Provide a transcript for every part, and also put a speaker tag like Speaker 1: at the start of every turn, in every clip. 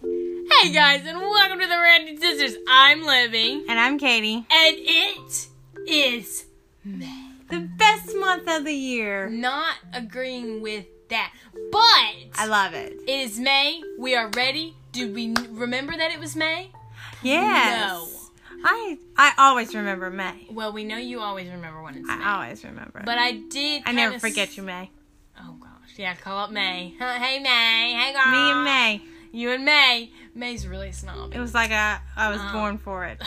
Speaker 1: Hey guys, and welcome to the Randy Sisters. I'm Living,
Speaker 2: And I'm Katie.
Speaker 1: and it is
Speaker 2: The best month of the year.
Speaker 1: not agreeing with that, but
Speaker 2: I love it.
Speaker 1: it is May. We are ready. Do we n- remember that it was May?
Speaker 2: Yes. I I always remember May.
Speaker 1: Well, we know you always remember when it's May,
Speaker 2: I always remember.
Speaker 1: but I did.
Speaker 2: I
Speaker 1: kinda
Speaker 2: never forget you, May.
Speaker 1: S- oh gosh, yeah. Call up May. Huh, hey May. Hey girl.
Speaker 2: Me and May.
Speaker 1: You and May. May's really snobby.
Speaker 2: It was like I I was
Speaker 1: Um,
Speaker 2: born for it.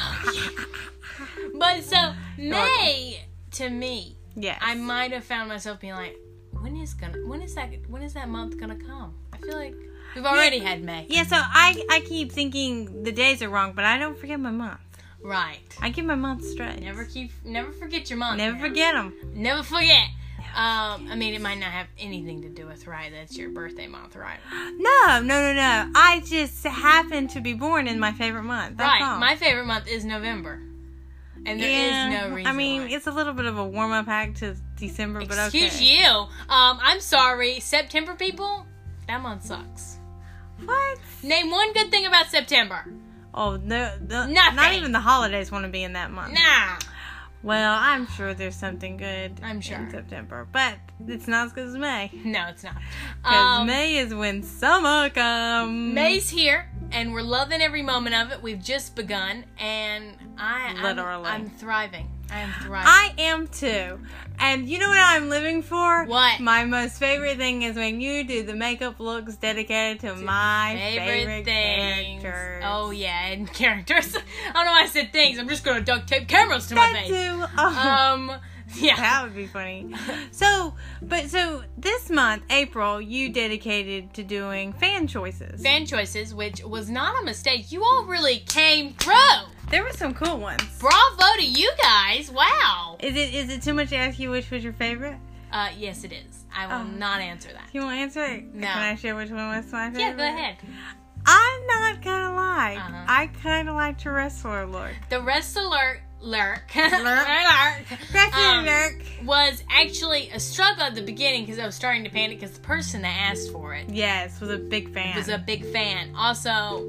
Speaker 1: But so May to me
Speaker 2: Yes.
Speaker 1: I might have found myself being like, when is gonna when is that when is that month gonna come? I feel like we've already had May.
Speaker 2: yeah, so I I keep thinking the days are wrong, but I don't forget my month.
Speaker 1: Right.
Speaker 2: I give my month straight.
Speaker 1: Never keep never forget your month.
Speaker 2: never
Speaker 1: now.
Speaker 2: forget them.
Speaker 1: Never forget. Um, I mean, it might not have anything to do with right. That's your birthday month, right?
Speaker 2: No, no, no, no. I just happen to be born in my favorite month. That's
Speaker 1: right.
Speaker 2: all.
Speaker 1: My favorite month is November, and there is
Speaker 2: Yeah,
Speaker 1: no reason.
Speaker 2: I mean,
Speaker 1: why.
Speaker 2: it's a little bit of a warm up act to December, but okay.
Speaker 1: excuse you. Um, I'm sorry, September people. That month sucks.
Speaker 2: What?
Speaker 1: Name one good thing about September.
Speaker 2: Oh, no, the, not
Speaker 1: Nothing.
Speaker 2: even the holidays want to be in that month.
Speaker 1: Nah.
Speaker 2: Well, I'm sure there's something good
Speaker 1: I'm sure.
Speaker 2: in September, but it's not as good as May.
Speaker 1: No, it's not.
Speaker 2: Because
Speaker 1: Um,
Speaker 2: May is when summer comes.
Speaker 1: May's here, and we're loving every moment of it. We've just begun, and I I'm-
Speaker 2: Literally.
Speaker 1: I'm, thriving. I am thriving.
Speaker 2: I am too. And you know what I'm living for?
Speaker 1: What?
Speaker 2: My most favorite thing is when you do the makeup looks dedicated to, my favorite,
Speaker 1: things.
Speaker 2: characters.
Speaker 1: Oh yeah, and characters. I don't know why I said things. I'm just gonna duct tape cameras to my
Speaker 2: That
Speaker 1: face.
Speaker 2: too. Oh.
Speaker 1: Um, yeah.
Speaker 2: that would be funny. So, but so this month, April, you dedicated to doing fan choices.
Speaker 1: Fan choices, which was not a mistake. You all really came through.
Speaker 2: There were some cool ones.
Speaker 1: Bravo to you guys! Wow.
Speaker 2: Is it is it too much to ask you which was your favorite?
Speaker 1: Uh, yes, it is. I will
Speaker 2: Oh.
Speaker 1: not answer that.
Speaker 2: You won't answer it.
Speaker 1: No.
Speaker 2: Can I share which one was my favorite?
Speaker 1: Yeah, go ahead.
Speaker 2: I'm not gonna lie.
Speaker 1: Uh-huh.
Speaker 2: I kind of liked your wrestler look.
Speaker 1: The wrestler lurk.
Speaker 2: Lurk.
Speaker 1: lurk.
Speaker 2: Wrestler
Speaker 1: Um,
Speaker 2: look.
Speaker 1: was actually a struggle at the beginning because I was starting to panic because the person that asked for it
Speaker 2: Yes, was a big fan.
Speaker 1: was a big fan. Also,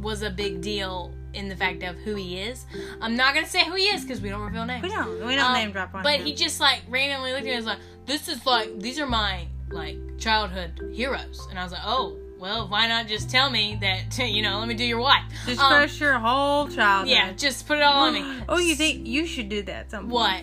Speaker 1: was a big deal in the fact of who he is. I'm not gonna say who he is because we don't reveal names.
Speaker 2: we don't we don't
Speaker 1: Um,
Speaker 2: name drop on
Speaker 1: But
Speaker 2: him.
Speaker 1: he just like randomly looked at me and was like, "This is like these are my like childhood heroes," and I was like, "Oh." Well, why not just tell me that, you know, let me do your wife.
Speaker 2: just
Speaker 1: um,
Speaker 2: crush your whole childhood.
Speaker 1: Yeah, just put it all on me.
Speaker 2: oh, you think you should do that? Something
Speaker 1: What?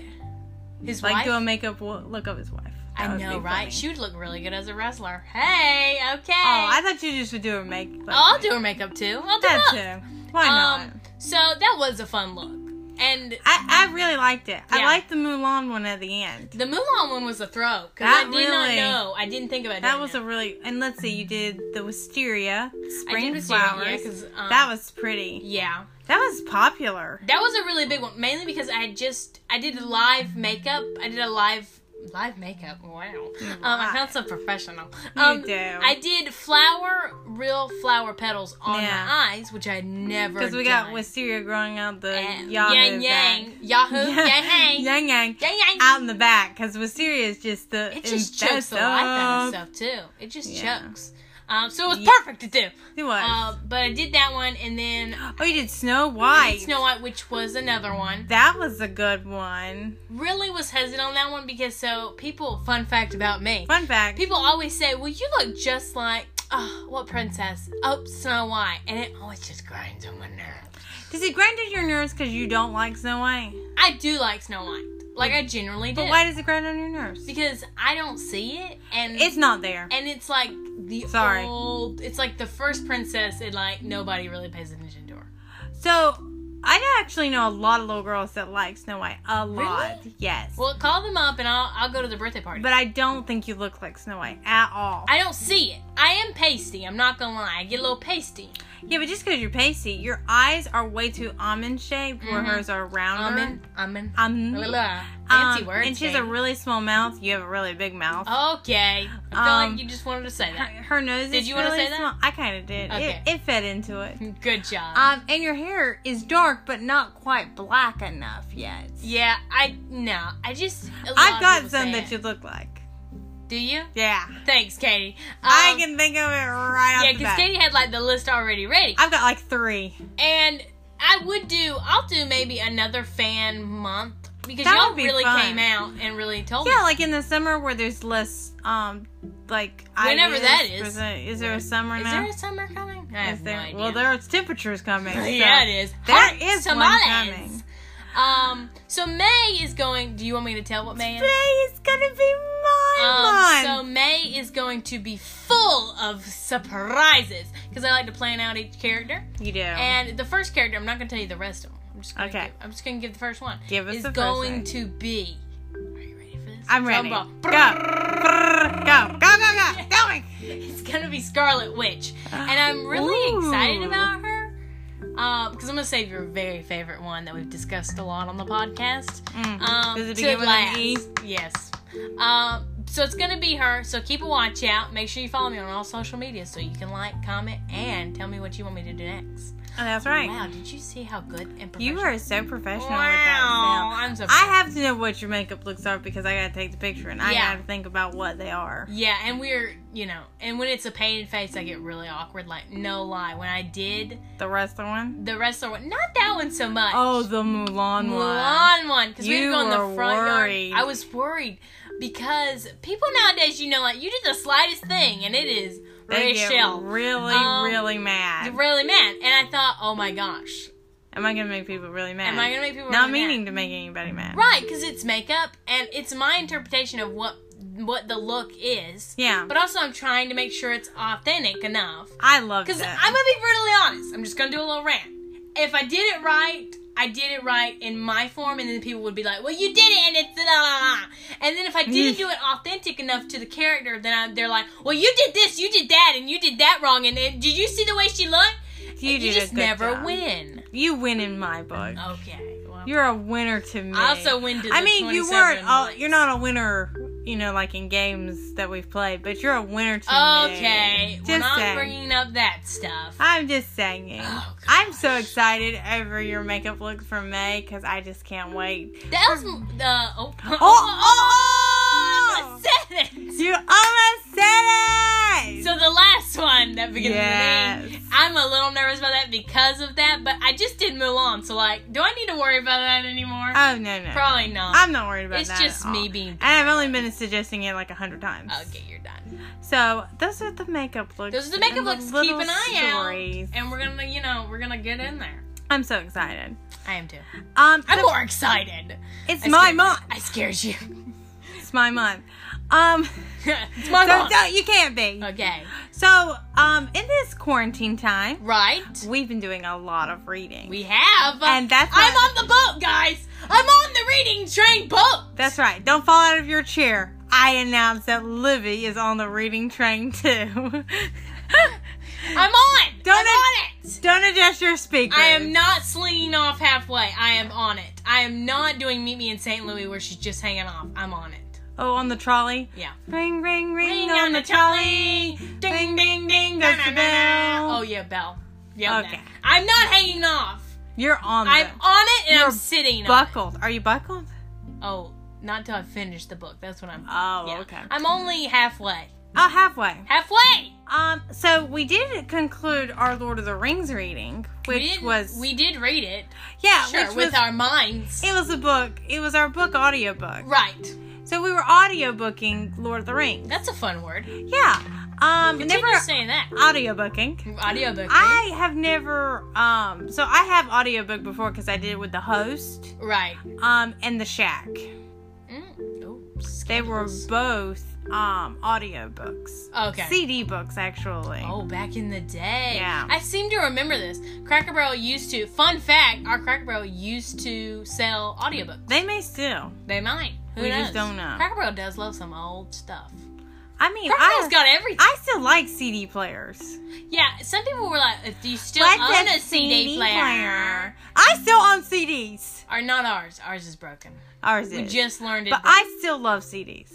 Speaker 1: His
Speaker 2: like
Speaker 1: wife?
Speaker 2: do a makeup wo- look of his wife. That
Speaker 1: I
Speaker 2: would
Speaker 1: know,
Speaker 2: be
Speaker 1: right?
Speaker 2: funny.
Speaker 1: She would look really good as a wrestler. Hey, okay.
Speaker 2: Oh, I thought you just would do a make. Like,
Speaker 1: Oh, I'll do her makeup too. I'll do
Speaker 2: that
Speaker 1: both.
Speaker 2: too. Why not?
Speaker 1: Um, so that was a fun look, and
Speaker 2: I, I really liked it. I
Speaker 1: Yeah.
Speaker 2: liked the Mulan one at the end.
Speaker 1: the Mulan one was a throw because I
Speaker 2: That
Speaker 1: did not
Speaker 2: really-
Speaker 1: know. I didn't think about
Speaker 2: That
Speaker 1: doing
Speaker 2: was a really and let's see, you did the wisteria
Speaker 1: I
Speaker 2: spring
Speaker 1: did was doing- yeah,
Speaker 2: flowers.
Speaker 1: 'cause, um,
Speaker 2: that was pretty.
Speaker 1: yeah.
Speaker 2: That was popular.
Speaker 1: That was a really big one, mainly because I just I did live makeup. I did a live live makeup. Wow. Um, I sound so professional. Um,
Speaker 2: do.
Speaker 1: I did flower, real flower petals on
Speaker 2: Yeah.
Speaker 1: my eyes, which I never
Speaker 2: Because we
Speaker 1: done.
Speaker 2: got wisteria growing out the
Speaker 1: And
Speaker 2: Yahoo
Speaker 1: yang yang
Speaker 2: back.
Speaker 1: Yahoo yang yang
Speaker 2: yang yang
Speaker 1: yang yang.
Speaker 2: out in the back. Because wisteria is just the
Speaker 1: It just
Speaker 2: infest
Speaker 1: chokes the life out of
Speaker 2: of-
Speaker 1: stuff too. It just
Speaker 2: Yeah.
Speaker 1: chokes. Um, so it was
Speaker 2: Yeah.
Speaker 1: perfect to do.
Speaker 2: It was.
Speaker 1: Uh, but I did that one, and then
Speaker 2: oh, you did Snow
Speaker 1: I
Speaker 2: White.
Speaker 1: did Snow White, which was another one.
Speaker 2: that was a good one.
Speaker 1: Really was hesitant on that one because so people. Fun fact about me:
Speaker 2: Fun fact.
Speaker 1: people always say, "Well, you look just like." Oh, what princess? Oh, Snow White. And it always just grinds on my nerves.
Speaker 2: Does it grind on your nerves because you don't like Snow White?
Speaker 1: I do like Snow White. Like, I generally do.
Speaker 2: But why does it grind on your nerves?
Speaker 1: Because I don't see it. And
Speaker 2: It's not there.
Speaker 1: and it's like the
Speaker 2: Sorry.
Speaker 1: old it's like the first princess and like nobody really pays attention to her
Speaker 2: So I actually know a lot of little girls that like Snow White. A lot. Yes.
Speaker 1: well call them up and i'll, I'll go to the birthday party
Speaker 2: but I don't think you look like Snow White at all.
Speaker 1: i don't see it i am pasty i'm not gonna lie i get a little pasty
Speaker 2: yeah, but just because you're pasty, your eyes are way too almond shaped, where
Speaker 1: Mhm.
Speaker 2: hers are rounder.
Speaker 1: almond almond
Speaker 2: Um,
Speaker 1: Blah, blah, blah. fancy Oh,
Speaker 2: um,
Speaker 1: words
Speaker 2: And she has a
Speaker 1: babe.
Speaker 2: really small mouth. You have a really big mouth.
Speaker 1: okay i feel
Speaker 2: Um,
Speaker 1: like you just wanted to say
Speaker 2: Her,
Speaker 1: that
Speaker 2: her nose
Speaker 1: Did
Speaker 2: is
Speaker 1: you wanna
Speaker 2: really
Speaker 1: say that?
Speaker 2: small. I kind of did.
Speaker 1: Okay.
Speaker 2: It, it fed into it.
Speaker 1: good job
Speaker 2: Um, and your hair is dark, but not quite black enough yet.
Speaker 1: yeah i no i just a lot
Speaker 2: I've
Speaker 1: of
Speaker 2: got
Speaker 1: people say
Speaker 2: some
Speaker 1: it.
Speaker 2: that you look like.
Speaker 1: Do you?
Speaker 2: Yeah.
Speaker 1: Thanks, Katie. Um,
Speaker 2: I can think of it right off
Speaker 1: Yeah,
Speaker 2: the
Speaker 1: because
Speaker 2: bat.
Speaker 1: Katie had like the list already ready.
Speaker 2: I've got like three.
Speaker 1: And I would do. I'll do maybe another fan month because
Speaker 2: That
Speaker 1: y'all
Speaker 2: would be
Speaker 1: really
Speaker 2: fun.
Speaker 1: came out and really told
Speaker 2: Yeah,
Speaker 1: me.
Speaker 2: like in the summer where there's less, um, like
Speaker 1: Whenever
Speaker 2: ideas
Speaker 1: that is.
Speaker 2: present- Is there a summer
Speaker 1: Is
Speaker 2: now?
Speaker 1: there a summer coming? I
Speaker 2: Is
Speaker 1: have
Speaker 2: there-
Speaker 1: no idea.
Speaker 2: Well, there's temperatures coming. so
Speaker 1: yeah, it is.
Speaker 2: there
Speaker 1: Hot
Speaker 2: is one
Speaker 1: tamales.
Speaker 2: coming.
Speaker 1: Um. So May is going. Do you want me to tell what May is?
Speaker 2: Today is gonna be my
Speaker 1: Um, so
Speaker 2: month.
Speaker 1: May is going to be full of surprises because I like to plan out each character.
Speaker 2: you do.
Speaker 1: And the first character, I'm not going to tell you the rest of them. I'm just gonna
Speaker 2: Oh. Okay.
Speaker 1: Give, I'm just going to give the first one.
Speaker 2: Give us
Speaker 1: is
Speaker 2: the first
Speaker 1: going
Speaker 2: one.
Speaker 1: to be. Are you ready for this?
Speaker 2: I'm
Speaker 1: Drum
Speaker 2: ready. Go.
Speaker 1: roll.
Speaker 2: Brrr, Go. Go. Go. Go. Going.
Speaker 1: It's going to be Scarlet Witch, and I'm really
Speaker 2: Ooh.
Speaker 1: excited about her. Because I'm gonna save your very favorite one that we've discussed a lot on the podcast.
Speaker 2: Mm.
Speaker 1: Um,
Speaker 2: Does it
Speaker 1: to
Speaker 2: begin with
Speaker 1: last.
Speaker 2: an E?
Speaker 1: Yes. Um, so it's gonna be her. So keep a watch out. Make sure you follow me on all social media so you can like, comment, and tell me what you want me to do next.
Speaker 2: Oh, that's right.
Speaker 1: Wow, did you see how good and professional?
Speaker 2: You are so professional with that
Speaker 1: wow.
Speaker 2: sound.
Speaker 1: I'm so.
Speaker 2: I have to know what your makeup looks are because I gotta take the picture and I
Speaker 1: Yeah.
Speaker 2: gotta think about what they are.
Speaker 1: Yeah, and we're you know, and when it's a painted face, I get really awkward. Like no lie, when I did
Speaker 2: The rest of the one.
Speaker 1: the wrestler one, not that one so much.
Speaker 2: Oh, the Mulan, one.
Speaker 1: Mulan one because we
Speaker 2: You
Speaker 1: were going the
Speaker 2: were
Speaker 1: front
Speaker 2: worried.
Speaker 1: yard. I was worried because people nowadays, you know, like you do the slightest thing and it is
Speaker 2: They get
Speaker 1: Rachel
Speaker 2: really,
Speaker 1: Um,
Speaker 2: really mad.
Speaker 1: really mad. And I thought, oh my gosh,
Speaker 2: Am I gonna make people really mad?
Speaker 1: am I gonna make people
Speaker 2: Not
Speaker 1: really mad?
Speaker 2: meaning to make anybody mad.
Speaker 1: right? Because it's makeup and it's my interpretation of what what the look is.
Speaker 2: Yeah,
Speaker 1: But also, I'm trying to make sure it's authentic enough.
Speaker 2: I love
Speaker 1: Because
Speaker 2: that.
Speaker 1: I'm gonna be brutally honest. I'm just gonna do a little rant. If I did it right, I did it right in my form, and then people would be like, "Well, you did it," and it's la la la. And then if I
Speaker 2: Mm.
Speaker 1: didn't do it authentic enough to the character, then I, they're like, "Well, you did this, you did that, and you did that wrong." And then, did you see the way she looked?
Speaker 2: you
Speaker 1: you
Speaker 2: did a
Speaker 1: just
Speaker 2: good
Speaker 1: never
Speaker 2: job.
Speaker 1: win. Oh,
Speaker 2: You win in my book.
Speaker 1: Okay. Well,
Speaker 2: You're a winner to me.
Speaker 1: I also win. To the
Speaker 2: I mean, you
Speaker 1: 27
Speaker 2: weren't. All,
Speaker 1: likes.
Speaker 2: you're not a winner. You know, like in games that we've played, but you're a winner to me.
Speaker 1: Okay.
Speaker 2: Just
Speaker 1: We're not
Speaker 2: saying.
Speaker 1: bringing up that stuff.
Speaker 2: I'm just saying.
Speaker 1: Oh,
Speaker 2: I'm so
Speaker 1: gosh.
Speaker 2: excited over your makeup look for May because I just can't wait.
Speaker 1: That was uh, oh,
Speaker 2: Oh, oh,
Speaker 1: I said it.
Speaker 2: you almost said it.
Speaker 1: So the last one that begins with
Speaker 2: Yes.
Speaker 1: an A, I'm a little nervous about that because of that, but I just did Mulan, so like, do I need to worry about that anymore?
Speaker 2: oh no no,
Speaker 1: Probably not.
Speaker 2: I'm not worried about
Speaker 1: It's
Speaker 2: that.
Speaker 1: just
Speaker 2: at all.
Speaker 1: me being.
Speaker 2: And I've only been suggesting it like a hundred times.
Speaker 1: Okay, you're done.
Speaker 2: So those are the makeup looks.
Speaker 1: Those are the makeup
Speaker 2: and
Speaker 1: looks. Keep
Speaker 2: little
Speaker 1: an eye
Speaker 2: stories.
Speaker 1: out, and we're gonna, you know, we're gonna get in there.
Speaker 2: I'm so excited.
Speaker 1: I am too.
Speaker 2: Um,
Speaker 1: I'm
Speaker 2: so
Speaker 1: more excited.
Speaker 2: it's
Speaker 1: I
Speaker 2: my
Speaker 1: scared-
Speaker 2: month.
Speaker 1: I scared you.
Speaker 2: It's my month. Um,
Speaker 1: it's my
Speaker 2: so,
Speaker 1: month.
Speaker 2: so you can't be.
Speaker 1: Okay,
Speaker 2: So, um, in this quarantine time,
Speaker 1: right?
Speaker 2: we've been doing a lot of reading.
Speaker 1: We have.
Speaker 2: And that's
Speaker 1: I'm
Speaker 2: my-
Speaker 1: on the boat, guys. I'm on the reading train boat.
Speaker 2: That's right. Don't fall out of your chair. I announce that Livy is on the reading train too.
Speaker 1: I'm on.
Speaker 2: Don't
Speaker 1: I'm
Speaker 2: it-
Speaker 1: on it.
Speaker 2: Don't adjust your speaker.
Speaker 1: I am not slinging off halfway. I am on it. I am not doing Meet Me in St. Louis where she's just hanging off. I'm on it.
Speaker 2: Oh, on the trolley.
Speaker 1: Yeah.
Speaker 2: Ring, ring, ring, on, the trolley.
Speaker 1: Ding, ding, ding.
Speaker 2: Goes
Speaker 1: na, na,
Speaker 2: the
Speaker 1: na, na.
Speaker 2: bell.
Speaker 1: Oh, yeah, bell. Yeah.
Speaker 2: Okay.
Speaker 1: I'm not hanging off.
Speaker 2: You're on. the-
Speaker 1: I'm on it and
Speaker 2: You're
Speaker 1: I'm sitting on it.
Speaker 2: buckled. Are you buckled?
Speaker 1: Oh, not till I finish the book. That's what I'm.
Speaker 2: Oh,
Speaker 1: yeah.
Speaker 2: okay.
Speaker 1: I'm only halfway.
Speaker 2: Oh, halfway.
Speaker 1: Halfway.
Speaker 2: Um, so we did conclude our Lord of the Rings reading, which
Speaker 1: we did,
Speaker 2: was
Speaker 1: We did read it.
Speaker 2: yeah,
Speaker 1: sure,
Speaker 2: which
Speaker 1: with
Speaker 2: was
Speaker 1: our minds.
Speaker 2: it was a book. It was our book audiobook.
Speaker 1: right.
Speaker 2: So we were audiobooking Lord of the Rings.
Speaker 1: That's a fun word.
Speaker 2: Yeah. Um,
Speaker 1: Continue
Speaker 2: never
Speaker 1: saying that.
Speaker 2: audiobooking.
Speaker 1: Audiobook.
Speaker 2: I have never um so I have audiobook before cuz I did it with the host
Speaker 1: right.
Speaker 2: um and the shack.
Speaker 1: Mm. Oh,
Speaker 2: They were
Speaker 1: scandalous.
Speaker 2: both um audiobooks.
Speaker 1: Okay.
Speaker 2: CD books actually.
Speaker 1: Oh, back in the day.
Speaker 2: Yeah.
Speaker 1: I seem to remember this. Cracker Barrel used to, fun fact, our Cracker Barrel used to sell audiobooks.
Speaker 2: They may still.
Speaker 1: They might. Who
Speaker 2: We
Speaker 1: knows?
Speaker 2: just don't know.
Speaker 1: Cracker Barrel does love some old stuff.
Speaker 2: I mean,
Speaker 1: Cracker
Speaker 2: I
Speaker 1: Barrel's got everything.
Speaker 2: I still like CD players.
Speaker 1: yeah, some people were like, if you still
Speaker 2: Like
Speaker 1: own
Speaker 2: the
Speaker 1: a CD, player,
Speaker 2: I still own CDs.
Speaker 1: Or not ours. Ours is broken.
Speaker 2: Ours
Speaker 1: We
Speaker 2: is.
Speaker 1: just learned it.
Speaker 2: but I still love CDs.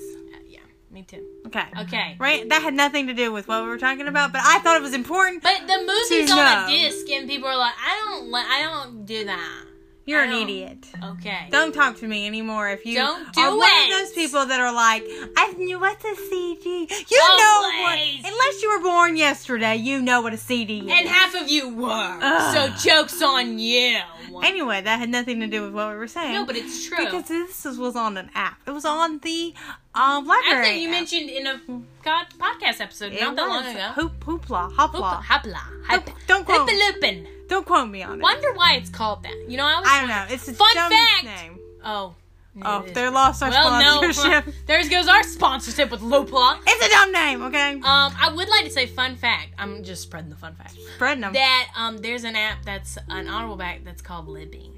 Speaker 1: yeah, me too.
Speaker 2: Okay.
Speaker 1: Okay.
Speaker 2: Right? That had nothing to do with what we were talking about, but I thought it was important.
Speaker 1: But the movie's
Speaker 2: To
Speaker 1: on a
Speaker 2: know.
Speaker 1: disc, and people are like, I don't, li- I don't do that.
Speaker 2: You're
Speaker 1: I
Speaker 2: an
Speaker 1: don't-
Speaker 2: idiot.
Speaker 1: Okay.
Speaker 2: Don't talk to me anymore if you
Speaker 1: Don't do
Speaker 2: are one of
Speaker 1: it.
Speaker 2: those people that are like, I knew what's a CD. You
Speaker 1: Oh,
Speaker 2: know what?
Speaker 1: please.
Speaker 2: Unless you were born yesterday, you know what a CD is.
Speaker 1: and half of you were.
Speaker 2: Ugh.
Speaker 1: So jokes on you.
Speaker 2: anyway, that had nothing to do with what we were saying.
Speaker 1: no, but it's true.
Speaker 2: because this is, was on an app. It was on the um,
Speaker 1: I
Speaker 2: library.
Speaker 1: thought you
Speaker 2: app.
Speaker 1: mentioned in a god podcast episode
Speaker 2: it
Speaker 1: not that
Speaker 2: was
Speaker 1: long ago.
Speaker 2: Hoop, hoopla,
Speaker 1: Hoopla,
Speaker 2: hopla.
Speaker 1: hopla,
Speaker 2: Don't-
Speaker 1: hop-
Speaker 2: don't quote-
Speaker 1: hoopaloopin'.
Speaker 2: Don't quote me on it.
Speaker 1: Wonder why it's called that. You know, I was.
Speaker 2: I don't know. It's a
Speaker 1: Fun
Speaker 2: dumbest
Speaker 1: fact!
Speaker 2: name.
Speaker 1: Oh.
Speaker 2: Oh, they lost our
Speaker 1: well,
Speaker 2: sponsorship.
Speaker 1: no. uh, There goes our sponsorship with Lopla.
Speaker 2: It's a dumb name, okay?
Speaker 1: Um, I would like to say fun fact. I'm just spreading the fun fact.
Speaker 2: Spreading them.
Speaker 1: That um, there's an app that's an honorable back that's called Libby.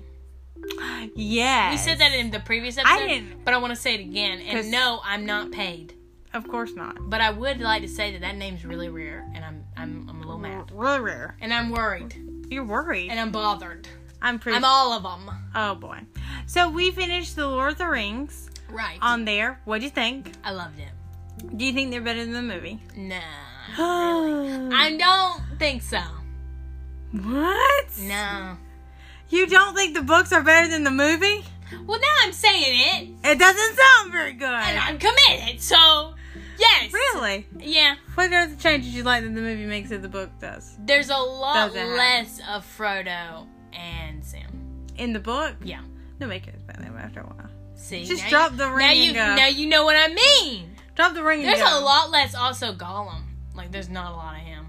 Speaker 2: yeah.
Speaker 1: We said that in the previous episode,
Speaker 2: didn't-
Speaker 1: but I want to say it again.
Speaker 2: 'Cause-
Speaker 1: And no, I'm not paid,
Speaker 2: Of course not.
Speaker 1: but I would like to say that that name's really rare, and I'm I'm I'm a little mad,
Speaker 2: Really rare.
Speaker 1: and I'm worried,
Speaker 2: You're worried.
Speaker 1: and I'm bothered.
Speaker 2: I'm pretty.
Speaker 1: I'm all of them.
Speaker 2: oh boy. So we finished the Lord of the Rings
Speaker 1: Right.
Speaker 2: on there. What do you think?
Speaker 1: I loved it.
Speaker 2: Do you think they're better than the movie?
Speaker 1: Nah. I don't think so.
Speaker 2: what?
Speaker 1: No.
Speaker 2: You don't think the books are better than the movie?
Speaker 1: Well, now I'm saying it,
Speaker 2: It doesn't sound very good.
Speaker 1: and I'm committed. So, yes.
Speaker 2: really?
Speaker 1: Yeah.
Speaker 2: What are the changes you like that the movie makes that the book does?
Speaker 1: There's a lot
Speaker 2: Doesn't happen.
Speaker 1: less of Frodo and Sam.
Speaker 2: In the book?
Speaker 1: Yeah.
Speaker 2: No, make it better after a while.
Speaker 1: See.
Speaker 2: Just
Speaker 1: now
Speaker 2: drop the
Speaker 1: Now
Speaker 2: ring
Speaker 1: you
Speaker 2: and go.
Speaker 1: now you know what I mean.
Speaker 2: Drop the ring. and
Speaker 1: There's
Speaker 2: go.
Speaker 1: a lot less also Gollum. Like there's not a lot of him.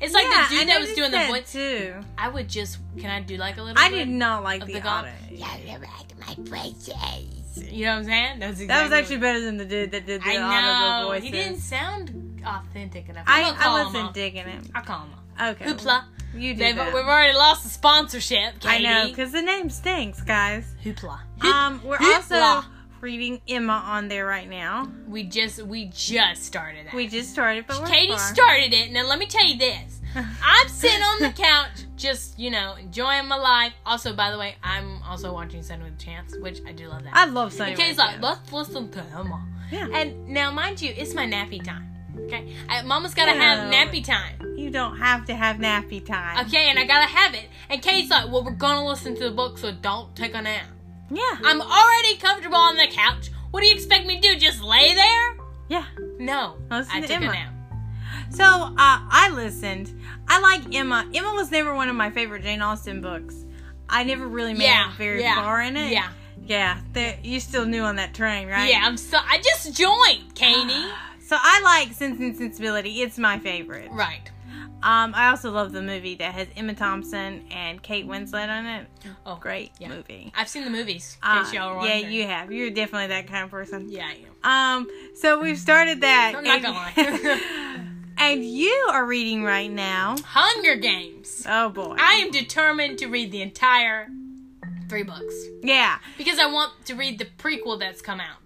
Speaker 1: It's like
Speaker 2: Yeah,
Speaker 1: the dude
Speaker 2: I
Speaker 1: that was doing the voice.
Speaker 2: noticed that too.
Speaker 1: I would just can I do like a little
Speaker 2: I
Speaker 1: bit
Speaker 2: did not like
Speaker 1: of
Speaker 2: the,
Speaker 1: the
Speaker 2: auto.
Speaker 1: Gollum? Yeah, you like my voices. You know what I'm saying? That's exactly
Speaker 2: That was
Speaker 1: what-
Speaker 2: actually better than the dude that did the
Speaker 1: I
Speaker 2: audible
Speaker 1: know.
Speaker 2: voices.
Speaker 1: He didn't sound authentic enough. I'm
Speaker 2: I,
Speaker 1: gonna call
Speaker 2: I
Speaker 1: him
Speaker 2: wasn't
Speaker 1: up.
Speaker 2: digging him.
Speaker 1: I'll call him up.
Speaker 2: Okay.
Speaker 1: Hoopla.
Speaker 2: You do
Speaker 1: They've,
Speaker 2: that.
Speaker 1: we've already lost the sponsorship,
Speaker 2: I
Speaker 1: Katie.
Speaker 2: know, because the name stinks, guys.
Speaker 1: Hoopla.
Speaker 2: Um, we're
Speaker 1: hoopla.
Speaker 2: also reading Emma on there right now.
Speaker 1: We just we just started that.
Speaker 2: We just started, but we're
Speaker 1: Katie
Speaker 2: far.
Speaker 1: started it. Now let me tell you this. I'm sitting on the couch, just you know, enjoying my life. Also, by the way, I'm also watching Sun with a Chance, which I do love that.
Speaker 2: I love Sunny.
Speaker 1: And Katie's like,
Speaker 2: Weekends.
Speaker 1: let's listen to Emma.
Speaker 2: Yeah.
Speaker 1: And now, mind you, it's my nappy time. Okay, I, Mama's gotta have
Speaker 2: No.
Speaker 1: nappy time.
Speaker 2: you don't have to have nappy time.
Speaker 1: Okay, and I gotta have it. And Katie's like, well, we're gonna listen to the book, so don't take a nap.
Speaker 2: Yeah.
Speaker 1: I'm already comfortable on the couch. What do you expect me to do? Just lay there?
Speaker 2: yeah.
Speaker 1: No.
Speaker 2: Listen
Speaker 1: I
Speaker 2: to
Speaker 1: took
Speaker 2: Emma.
Speaker 1: a nap.
Speaker 2: So uh, I listened. I like Emma. Emma was never one of my favorite Jane Austen books. I never really made
Speaker 1: Yeah.
Speaker 2: it very
Speaker 1: yeah,
Speaker 2: far in it.
Speaker 1: Yeah.
Speaker 2: Yeah. There, you still knew on that train, right?
Speaker 1: Yeah, I'm so I just joined, Katie.
Speaker 2: So I like Sense and Sensibility. It's my favorite.
Speaker 1: right.
Speaker 2: Um, I also love the movie that has Emma Thompson and Kate Winslet on it.
Speaker 1: Oh,
Speaker 2: Great
Speaker 1: yeah.
Speaker 2: movie.
Speaker 1: I've seen the movies. In
Speaker 2: Uh,
Speaker 1: case y'all were
Speaker 2: yeah,
Speaker 1: wondering.
Speaker 2: you have. You're definitely that kind of person.
Speaker 1: Yeah, I am.
Speaker 2: Um, so we've started that.
Speaker 1: Mm-hmm. I'm not gonna
Speaker 2: and- and you are reading right now.
Speaker 1: Hunger Games.
Speaker 2: Oh boy.
Speaker 1: I am determined to read the entire three books
Speaker 2: yeah.
Speaker 1: because I want to read the prequel that's come out.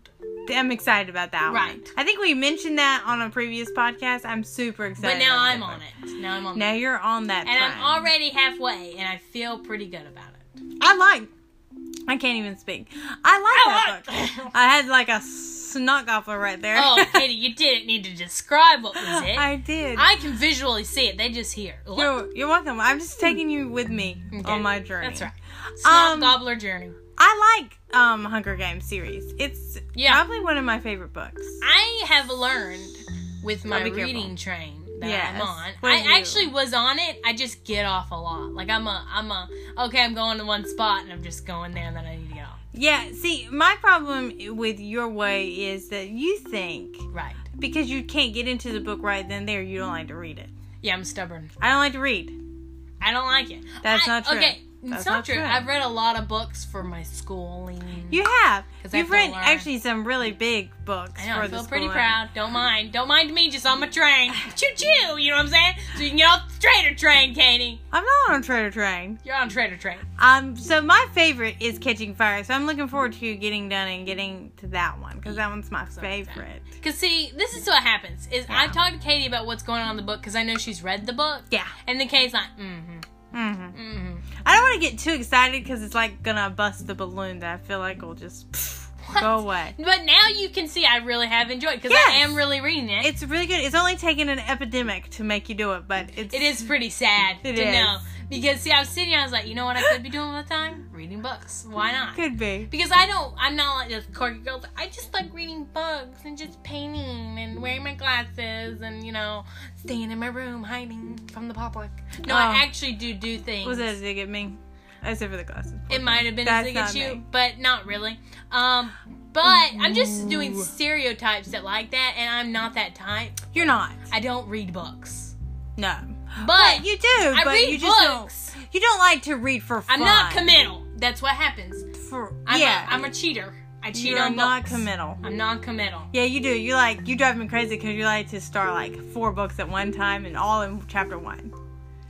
Speaker 2: I'm excited about that one.
Speaker 1: Right.
Speaker 2: I think we mentioned that on a previous podcast. I'm super excited.
Speaker 1: But now
Speaker 2: about
Speaker 1: I'm
Speaker 2: that
Speaker 1: on
Speaker 2: book.
Speaker 1: it. Now I'm on
Speaker 2: Now you're on that.
Speaker 1: it. And
Speaker 2: train.
Speaker 1: I'm already halfway and I feel pretty good about it.
Speaker 2: I like. I can't even speak.
Speaker 1: Oh,
Speaker 2: I like that book. I had like a snuck offer right there.
Speaker 1: oh, Katie, you didn't need to describe what was it. I,
Speaker 2: I did.
Speaker 1: can visually see it. They just hear. Look.
Speaker 2: you're, you're welcome. I'm just taking you with me
Speaker 1: Okay,
Speaker 2: on my journey.
Speaker 1: That's right. Snob
Speaker 2: Um,
Speaker 1: Gobbler Journey.
Speaker 2: I like um Hunger Games series. It's
Speaker 1: Yeah.
Speaker 2: probably one of my favorite books.
Speaker 1: I have learned with my
Speaker 2: Gotta be careful.
Speaker 1: reading train that
Speaker 2: Yes.
Speaker 1: I'm on.
Speaker 2: What do you-
Speaker 1: I actually was on it. I just get off a lot. Like I'm a, I'm a. Okay, I'm going to one spot and I'm just going there, and then I need to get off.
Speaker 2: Yeah, see, my problem with your way is that you think
Speaker 1: Right.
Speaker 2: because you can't get into the book right then and there, you don't like to read it.
Speaker 1: Yeah, I'm stubborn.
Speaker 2: I don't like to read.
Speaker 1: I don't like it.
Speaker 2: That's
Speaker 1: I-
Speaker 2: not true.
Speaker 1: Okay,
Speaker 2: That's
Speaker 1: it's not,
Speaker 2: not
Speaker 1: true.
Speaker 2: true.
Speaker 1: I've read a lot of books for my schooling.
Speaker 2: You have.
Speaker 1: 'Cause I have
Speaker 2: You've
Speaker 1: to
Speaker 2: read
Speaker 1: learn.
Speaker 2: actually some really big books
Speaker 1: I know.
Speaker 2: for
Speaker 1: I
Speaker 2: the
Speaker 1: feel pretty
Speaker 2: school.
Speaker 1: proud. Don't mind. Don't mind me. Just on my train. Choo choo. You know what I'm saying? So you can get off the trader train, Katie.
Speaker 2: I'm not on Trader Train.
Speaker 1: You're on trader train.
Speaker 2: Um, so my favorite is Catching Fire, so I'm looking forward to getting done and getting to that one because that one's my
Speaker 1: excited.
Speaker 2: favorite.
Speaker 1: Cause see, this is what happens. Is I've talked to Katie about what's going on in the book because I know she's read the book.
Speaker 2: Yeah.
Speaker 1: And then Katie's like, mm-hmm,
Speaker 2: hmm
Speaker 1: mm-hmm.
Speaker 2: I don't want to get too excited because it's like gonna bust the balloon that I feel like will just.
Speaker 1: What?
Speaker 2: Go away.
Speaker 1: But now you can see I really have enjoyed because I
Speaker 2: Yes.
Speaker 1: am really reading it.
Speaker 2: It's really good. It's only taken an epidemic to make you do it, but it's
Speaker 1: It is pretty sad
Speaker 2: It
Speaker 1: to
Speaker 2: is.
Speaker 1: know because see, I was sitting, here, I was like, you know what, I could be doing all the time reading books. Why not?
Speaker 2: could be.
Speaker 1: Because I don't, I'm not like this quirky girl. I just like reading books and just painting and wearing my glasses and you know staying in my room hiding from the public. No,
Speaker 2: Oh.
Speaker 1: I actually do do things.
Speaker 2: Was that a dig at me? I said for the glasses.
Speaker 1: It might have been a
Speaker 2: That's
Speaker 1: dig at
Speaker 2: not
Speaker 1: you,
Speaker 2: me.
Speaker 1: but not really. Um, but I'm just doing
Speaker 2: Ooh.
Speaker 1: stereotypes that like that, and I'm not that type.
Speaker 2: You're not.
Speaker 1: I don't read books,
Speaker 2: No.
Speaker 1: but,
Speaker 2: But you do.
Speaker 1: I
Speaker 2: but
Speaker 1: read
Speaker 2: you just
Speaker 1: books.
Speaker 2: Don't, you don't like to read for fun.
Speaker 1: I'm not committal. That's what happens.
Speaker 2: For,
Speaker 1: I'm,
Speaker 2: yeah.
Speaker 1: a, I'm a cheater. I cheat
Speaker 2: You're
Speaker 1: on
Speaker 2: not
Speaker 1: books.
Speaker 2: committal.
Speaker 1: I'm not committal.
Speaker 2: Yeah, you do. You like you drive me crazy because you like to start like four books at one time and all in chapter one.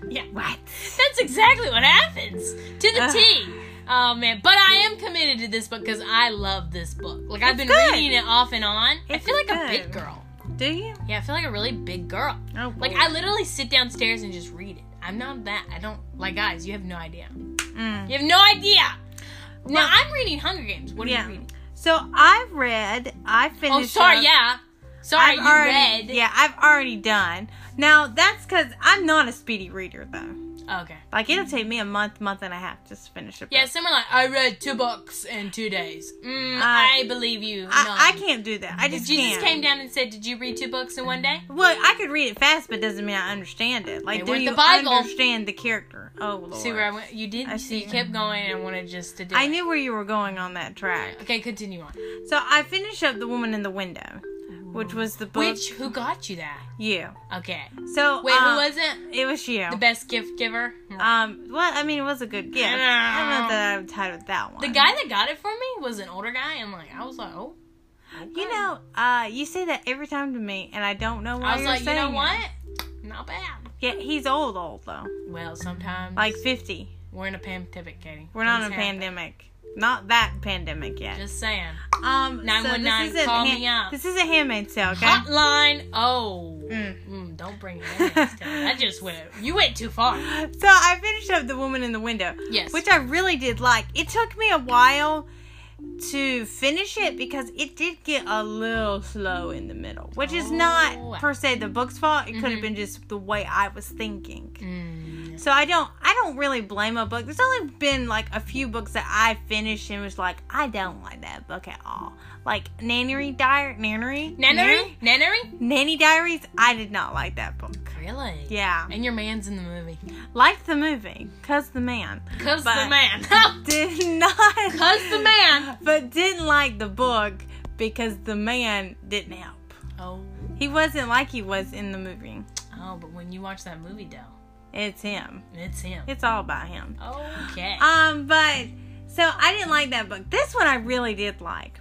Speaker 1: Yeah.
Speaker 2: What?
Speaker 1: That's exactly what happens to the
Speaker 2: Ugh.
Speaker 1: T. Oh man, but I am committed to this book because I love this book. Like I've been
Speaker 2: It's good.
Speaker 1: reading it off and on. I
Speaker 2: It's
Speaker 1: feel like a
Speaker 2: good.
Speaker 1: big girl.
Speaker 2: Do you?
Speaker 1: Yeah, I feel like a really big girl.
Speaker 2: Oh,
Speaker 1: Like
Speaker 2: boy.
Speaker 1: I literally sit downstairs and just read it. I'm not that. I don't like guys. You have no idea.
Speaker 2: Mm.
Speaker 1: You have no idea. Now
Speaker 2: Well-
Speaker 1: I'm reading Hunger Games. What are
Speaker 2: Yeah.
Speaker 1: you reading?
Speaker 2: So I've read. I finished.
Speaker 1: Oh, sorry.
Speaker 2: up-
Speaker 1: Yeah. Sorry,
Speaker 2: I've
Speaker 1: you
Speaker 2: already,
Speaker 1: read.
Speaker 2: Yeah, I've already done. Now that's because I'm not a speedy reader though.
Speaker 1: Oh, Okay.
Speaker 2: Like it'll take me a month, month and a half just to finish a book.
Speaker 1: Yeah, someone like I read two books in two days. Mm,
Speaker 2: Uh,
Speaker 1: I believe you.
Speaker 2: I, I
Speaker 1: None.
Speaker 2: can't do that. I
Speaker 1: If
Speaker 2: just
Speaker 1: Jesus
Speaker 2: can't.
Speaker 1: came down and said, "Did you read two books in one day?"
Speaker 2: well, I could read it fast, but doesn't mean I understand it. Like,
Speaker 1: They
Speaker 2: do
Speaker 1: weren't
Speaker 2: you
Speaker 1: the Bible.
Speaker 2: understand the character? Oh Lord,
Speaker 1: See where I went? You did.
Speaker 2: I
Speaker 1: not see.
Speaker 2: see.
Speaker 1: You kept going and wanted just to do.
Speaker 2: I
Speaker 1: it.
Speaker 2: knew where you were going on that track.
Speaker 1: Okay, continue on.
Speaker 2: So I finished up The Woman in the Window, which was the book
Speaker 1: Which who got you that?
Speaker 2: you.
Speaker 1: Okay.
Speaker 2: So
Speaker 1: Wait,
Speaker 2: um,
Speaker 1: who was it?
Speaker 2: It was you.
Speaker 1: The best gift giver.
Speaker 2: um, well, I mean, it was a good gift. I don't know that I'm tied with that one.
Speaker 1: The guy that got it for me was an older guy, and like I was like, oh. okay.
Speaker 2: You know, uh, you say that every time to me, and I don't know
Speaker 1: I
Speaker 2: why
Speaker 1: was
Speaker 2: you're
Speaker 1: like, you
Speaker 2: saying
Speaker 1: know
Speaker 2: it.
Speaker 1: what? Not bad.
Speaker 2: Yeah, he's old, old though,
Speaker 1: Well, sometimes
Speaker 2: like fifty.
Speaker 1: we're in a pandemic, Katie.
Speaker 2: We're not
Speaker 1: Things
Speaker 2: in a
Speaker 1: happen.
Speaker 2: pandemic, not that pandemic yet.
Speaker 1: Just saying.
Speaker 2: um,
Speaker 1: 919,
Speaker 2: so this isn't
Speaker 1: call
Speaker 2: hand-
Speaker 1: me up.
Speaker 2: This is a handmaid's tale, okay?
Speaker 1: Hotline. Oh.
Speaker 2: Mm.
Speaker 1: Mm, don't bring it. in. That just went. You went too far.
Speaker 2: So I finished up the woman in the window.
Speaker 1: Yes.
Speaker 2: which I really did like. It took me a while to finish it because it did get a little slow in the middle, which is
Speaker 1: Oh.
Speaker 2: not per se the book's fault. It could have
Speaker 1: Mhm.
Speaker 2: been just the way I was thinking.
Speaker 1: Mm.
Speaker 2: So I don't I don't really blame a book. There's only been like a few books that I finished and was like I don't like that book at all. Like Nannery Diary, Nannery,
Speaker 1: Nannery? Nannery?
Speaker 2: Nanny Diaries. I did not like that book.
Speaker 1: Really?
Speaker 2: Yeah,
Speaker 1: And your man's in the movie.
Speaker 2: liked the movie, cause the man
Speaker 1: Cause the
Speaker 2: But-
Speaker 1: man.
Speaker 2: did not.
Speaker 1: Cause the man.
Speaker 2: but didn't like the book because the man didn't help.
Speaker 1: Oh.
Speaker 2: He wasn't like he was in the movie.
Speaker 1: Oh, but when you watch that movie, though,
Speaker 2: It's him.
Speaker 1: it's him.
Speaker 2: It's all about him.
Speaker 1: Okay.
Speaker 2: Um, but so I didn't like that book. This one I really did like.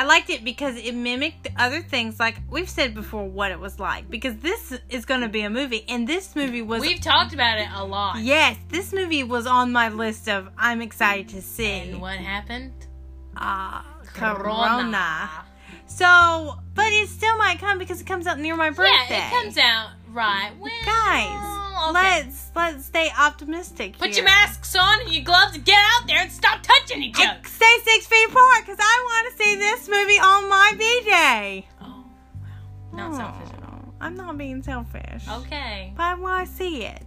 Speaker 2: I liked it because it mimicked other things, like we've said before, what it was like. Because this is going to be a movie, and this movie was
Speaker 1: We've talked about it a lot.
Speaker 2: yes, this movie was on my list of I'm excited to see.
Speaker 1: And what happened?
Speaker 2: uh, Corona. So, but it still might come because it comes out near my birthday.
Speaker 1: Yeah, it comes out right when.
Speaker 2: Guys,
Speaker 1: okay.
Speaker 2: let's let's stay optimistic.
Speaker 1: Put
Speaker 2: here.
Speaker 1: your masks on and your gloves and get out there and stop touching each
Speaker 2: I-
Speaker 1: other.
Speaker 2: Stay six feet apart because I want to see this movie on my B day.
Speaker 1: Oh, wow. Not selfish at
Speaker 2: I'm not being selfish.
Speaker 1: all. Okay.
Speaker 2: But I want to see it.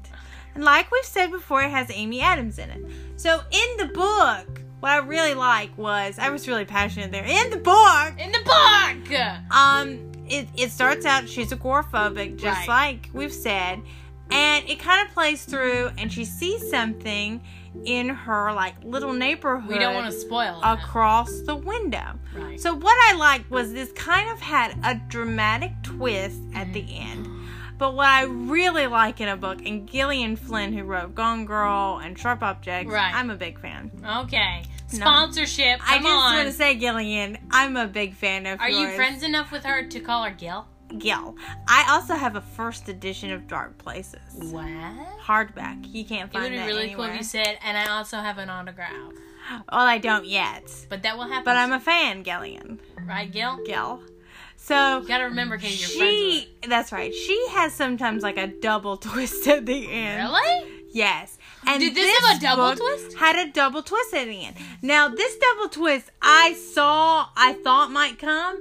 Speaker 2: And like we've said before, it has Amy Adams in it. So in the book, what I really like was I was really passionate there. In the book,
Speaker 1: In the book!
Speaker 2: Um, it, it starts out she's agoraphobic, just
Speaker 1: Right.
Speaker 2: like we've said, and it kind of plays through, and she sees something in her like little neighborhood
Speaker 1: We don't want to spoil it.
Speaker 2: across the window.
Speaker 1: Right.
Speaker 2: So what I liked was this kind of had a dramatic twist at the
Speaker 1: Mm-hmm.
Speaker 2: end. But what I really like in a book, and Gillian Flynn, who wrote Gone Girl and Sharp Objects,
Speaker 1: Right.
Speaker 2: I'm a big fan.
Speaker 1: Okay. Sponsorship.
Speaker 2: I
Speaker 1: Come
Speaker 2: just want
Speaker 1: on.
Speaker 2: to say, Gillian, I'm a big fan of
Speaker 1: Are you
Speaker 2: yours.
Speaker 1: friends enough with her to call her Gil?
Speaker 2: Gill. I also have a first edition of Dark Places.
Speaker 1: What?
Speaker 2: Hardback. You can't
Speaker 1: It would
Speaker 2: find
Speaker 1: be
Speaker 2: that
Speaker 1: really cool
Speaker 2: anywhere.
Speaker 1: if you said, and I also have an autograph.
Speaker 2: well, I don't yet,
Speaker 1: But that will happen.
Speaker 2: but I'm a fan, Gillian.
Speaker 1: right, Gil?
Speaker 2: Gill. So
Speaker 1: You gotta remember, Katie, you're friends
Speaker 2: she. That's right. She has sometimes like a double twist at the
Speaker 1: with
Speaker 2: end.
Speaker 1: her. Really?
Speaker 2: Yes. And
Speaker 1: Did this have a double
Speaker 2: book
Speaker 1: twist?
Speaker 2: Had a double twist at the end. Now this double twist I saw I thought might come.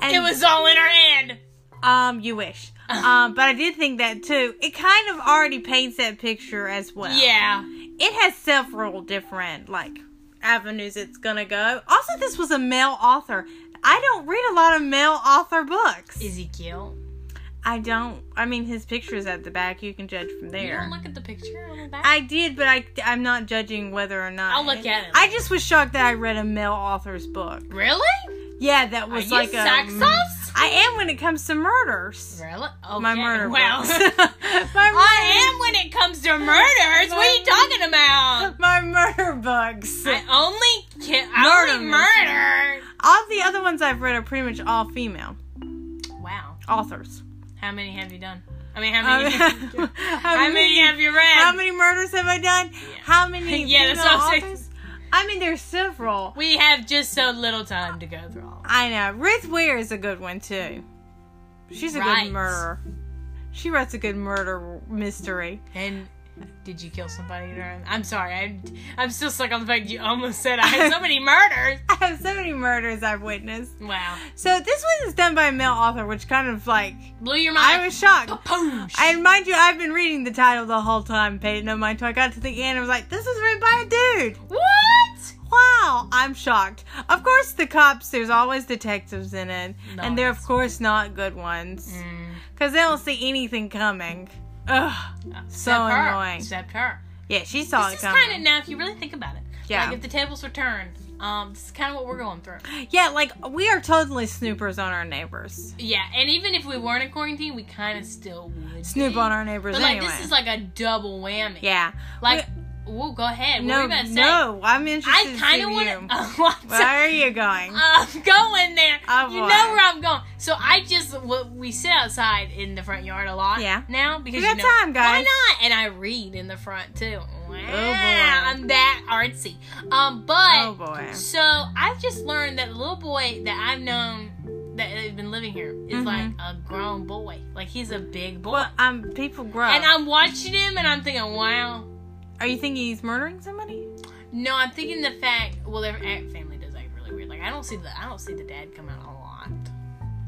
Speaker 2: And
Speaker 1: It was Uh-huh. all in her head.
Speaker 2: um you wish. um but I did think that too. It kind of already paints that picture as well.
Speaker 1: Yeah.
Speaker 2: It has several different like avenues it's gonna go. Also this was a male author. I don't read a lot of male author books.
Speaker 1: Is he cute?
Speaker 2: I don't. I mean, his picture is at the back. You can judge from
Speaker 1: You
Speaker 2: there.
Speaker 1: don't look at the picture on the back.
Speaker 2: I did, but I, I'm not judging whether or not.
Speaker 1: I'll look at him.
Speaker 2: I just was shocked that I read a male author's book.
Speaker 1: really?
Speaker 2: Yeah, that
Speaker 1: Are
Speaker 2: was
Speaker 1: you
Speaker 2: like um, a.
Speaker 1: sexist?
Speaker 2: I am when it comes to murders.
Speaker 1: Really? Okay.
Speaker 2: My murder
Speaker 1: Well,
Speaker 2: books.
Speaker 1: I am
Speaker 2: my
Speaker 1: when it comes to murders. What are you talking about?
Speaker 2: murder, my murder books.
Speaker 1: I only can I
Speaker 2: Murder
Speaker 1: only murder.
Speaker 2: all the other ones I've read are pretty much all female
Speaker 1: Wow.
Speaker 2: authors.
Speaker 1: How many have you done? I mean, how
Speaker 2: Um,
Speaker 1: many? how many have you read?
Speaker 2: How many murders have I done? How many
Speaker 1: Yeah, that's
Speaker 2: female
Speaker 1: what I'm saying.
Speaker 2: authors? I mean, there's several.
Speaker 1: We have just so little time to go through all.
Speaker 2: I know. Ruth Weir is a good one too. She's a
Speaker 1: Right.
Speaker 2: good murderer. She writes a good murder mystery.
Speaker 1: And did you kill somebody during? I'm sorry. I'm, I'm still stuck on the fact you almost said I had so many murders.
Speaker 2: I have so many murders I've witnessed.
Speaker 1: Wow.
Speaker 2: So this one is done by a male author, which kind of like
Speaker 1: Blew your mind.
Speaker 2: I was shocked.
Speaker 1: Poosh.
Speaker 2: And mind you, I've been reading the title the whole time, paid no mind till I got to the end. I was like, this is written by a dude.
Speaker 1: what?
Speaker 2: Wow, I'm shocked. Of course, the cops. There's always detectives in it, and they're of
Speaker 1: Nice.
Speaker 2: course not good ones
Speaker 1: Mm,
Speaker 2: because they don't see anything coming. Ugh.
Speaker 1: except her.
Speaker 2: annoying.
Speaker 1: Except her.
Speaker 2: Yeah, she saw
Speaker 1: This
Speaker 2: it
Speaker 1: is
Speaker 2: coming.
Speaker 1: kind of now, if you really think about it.
Speaker 2: Yeah.
Speaker 1: Like if the tables were turned, um, this is kind of what we're going through.
Speaker 2: Yeah, like we are totally snoopers on our neighbors.
Speaker 1: Yeah, and even if we weren't in quarantine, we kind of still would
Speaker 2: Snoop
Speaker 1: be.
Speaker 2: on our neighbors
Speaker 1: But like
Speaker 2: anyway.
Speaker 1: this is like a double whammy.
Speaker 2: yeah,
Speaker 1: Like, whoa, go ahead.
Speaker 2: no,
Speaker 1: what were you about to say?
Speaker 2: no, I'm interested.
Speaker 1: I uh, kind
Speaker 2: kind
Speaker 1: of want
Speaker 2: you.
Speaker 1: to.
Speaker 2: Where are you going?
Speaker 1: I'm going there.
Speaker 2: I
Speaker 1: you know
Speaker 2: want-
Speaker 1: where I'm going. So I just w- we sit outside in the front yard a lot.
Speaker 2: Yeah.
Speaker 1: Now because
Speaker 2: We got
Speaker 1: you know,
Speaker 2: time, guys. Oh,
Speaker 1: Why not? And I read in the front too. Wow,
Speaker 2: boy.
Speaker 1: I'm that artsy. Um, but
Speaker 2: Oh boy.
Speaker 1: so I've just learned that the little boy that I've known that has been living here is
Speaker 2: Mhm.
Speaker 1: like a grown boy. Like he's a big boy.
Speaker 2: Well, um, people grow.
Speaker 1: and I'm watching him and I'm thinking, wow.
Speaker 2: are you thinking he's murdering somebody?
Speaker 1: No, I'm thinking the fact. Well, their act- family does act really weird. Like I don't see the I don't see the dad come out a lot.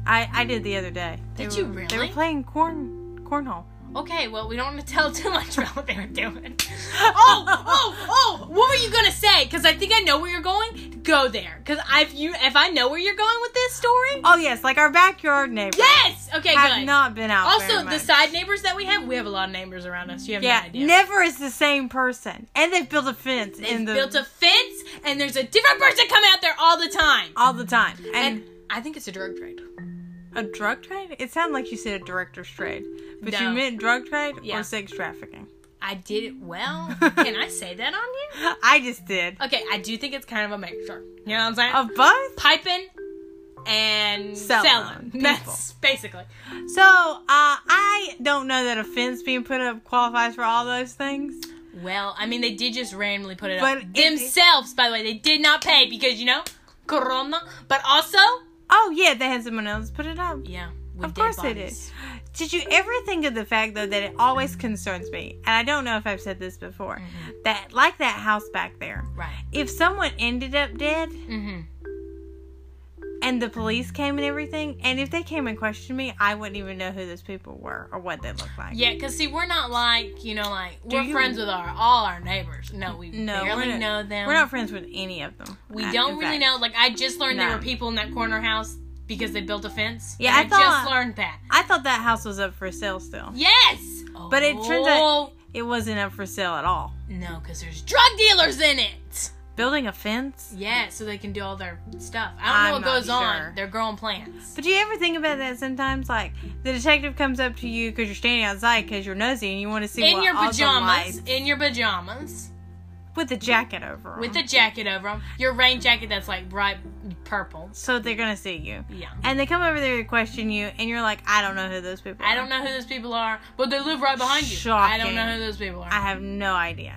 Speaker 2: I I did the other day. They
Speaker 1: Did you
Speaker 2: were, They were
Speaker 1: really?
Speaker 2: playing corn cornhole.
Speaker 1: Okay, well we don't want to tell too much about what they were doing. oh, oh, oh! What were you gonna say? Because I think I know where you're going. Go there, because if you if I know where you're going with this story.
Speaker 2: Oh yes, like our backyard neighbors
Speaker 1: Yes. Okay.
Speaker 2: have
Speaker 1: good.
Speaker 2: not been out. very
Speaker 1: also, the
Speaker 2: much.
Speaker 1: side neighbors that we have, we have a lot of neighbors around us. You have
Speaker 2: Yeah,
Speaker 1: no idea.
Speaker 2: never is the same person, and they've built a fence
Speaker 1: They've
Speaker 2: in the
Speaker 1: built a fence, and there's a different person coming out there all the time.
Speaker 2: all the time,
Speaker 1: And I think it's a drug trade.
Speaker 2: A drug trade? It sounded like you said a director's trade. But you
Speaker 1: No.
Speaker 2: meant drug trade
Speaker 1: Yeah.
Speaker 2: or sex trafficking.
Speaker 1: I did it well. Can I say that on here?
Speaker 2: I just did.
Speaker 1: Okay, I do think it's kind of a mixture. You know what I'm saying?
Speaker 2: Of both?
Speaker 1: Piping and
Speaker 2: Selling
Speaker 1: selling.
Speaker 2: people.
Speaker 1: That's basically.
Speaker 2: So, uh, I don't know that a fence being put up qualifies for all those things.
Speaker 1: Well, I mean, they did just randomly put it
Speaker 2: But
Speaker 1: up
Speaker 2: it-
Speaker 1: themselves. by the way, they did not pay because you know, Corona. But also,
Speaker 2: Oh, yeah, they had someone else put it up.
Speaker 1: yeah, with
Speaker 2: Of
Speaker 1: dead
Speaker 2: course they did.
Speaker 1: bodies.
Speaker 2: Did you ever think of the fact, though, that it always concerns me, and I don't know if I've said this before,
Speaker 1: Mm-hmm.
Speaker 2: that like that house back there,
Speaker 1: Right.
Speaker 2: if someone ended up dead
Speaker 1: Mm-hmm.
Speaker 2: and the police came and everything, and if they came and questioned me, I wouldn't even know who those people were or what they looked like.
Speaker 1: Yeah, because see, we're not like you know, like
Speaker 2: Do
Speaker 1: we're
Speaker 2: you-
Speaker 1: friends with our all our neighbors. No, we
Speaker 2: No,
Speaker 1: barely
Speaker 2: we're
Speaker 1: know
Speaker 2: not-
Speaker 1: them.
Speaker 2: We're not friends with any of them.
Speaker 1: We
Speaker 2: Uh,
Speaker 1: don't
Speaker 2: in
Speaker 1: really
Speaker 2: fact.
Speaker 1: know. Like I just learned
Speaker 2: No.
Speaker 1: there were people in that corner house because they built a fence.
Speaker 2: Yeah,
Speaker 1: and
Speaker 2: I
Speaker 1: I,
Speaker 2: thought-
Speaker 1: just learned that.
Speaker 2: I thought that house was up for sale still.
Speaker 1: Yes,
Speaker 2: But it turns out-
Speaker 1: Oh,
Speaker 2: It wasn't up for sale at all.
Speaker 1: no, because there's drug dealers in it.
Speaker 2: Building a fence?
Speaker 1: Yeah, so they can do all their stuff. I don't
Speaker 2: I'm
Speaker 1: know what goes
Speaker 2: not sure.
Speaker 1: on. They're growing plants.
Speaker 2: But do you ever think about that sometimes? Like, the detective comes up to you because you're standing outside because you're nosy and you want to see
Speaker 1: In
Speaker 2: what
Speaker 1: your
Speaker 2: all the
Speaker 1: pajamas,
Speaker 2: lights-
Speaker 1: in your pajamas,
Speaker 2: with a jacket over
Speaker 1: with a
Speaker 2: 'em.
Speaker 1: jacket over them, your rain jacket that's like bright purple.
Speaker 2: So they're going to see you.
Speaker 1: Yeah.
Speaker 2: And they come over there to question you, and you're like, I don't know who those people are.
Speaker 1: I don't know who those people are, but they live right behind you. I don't
Speaker 2: Shocking.
Speaker 1: know who those people are.
Speaker 2: I have no idea.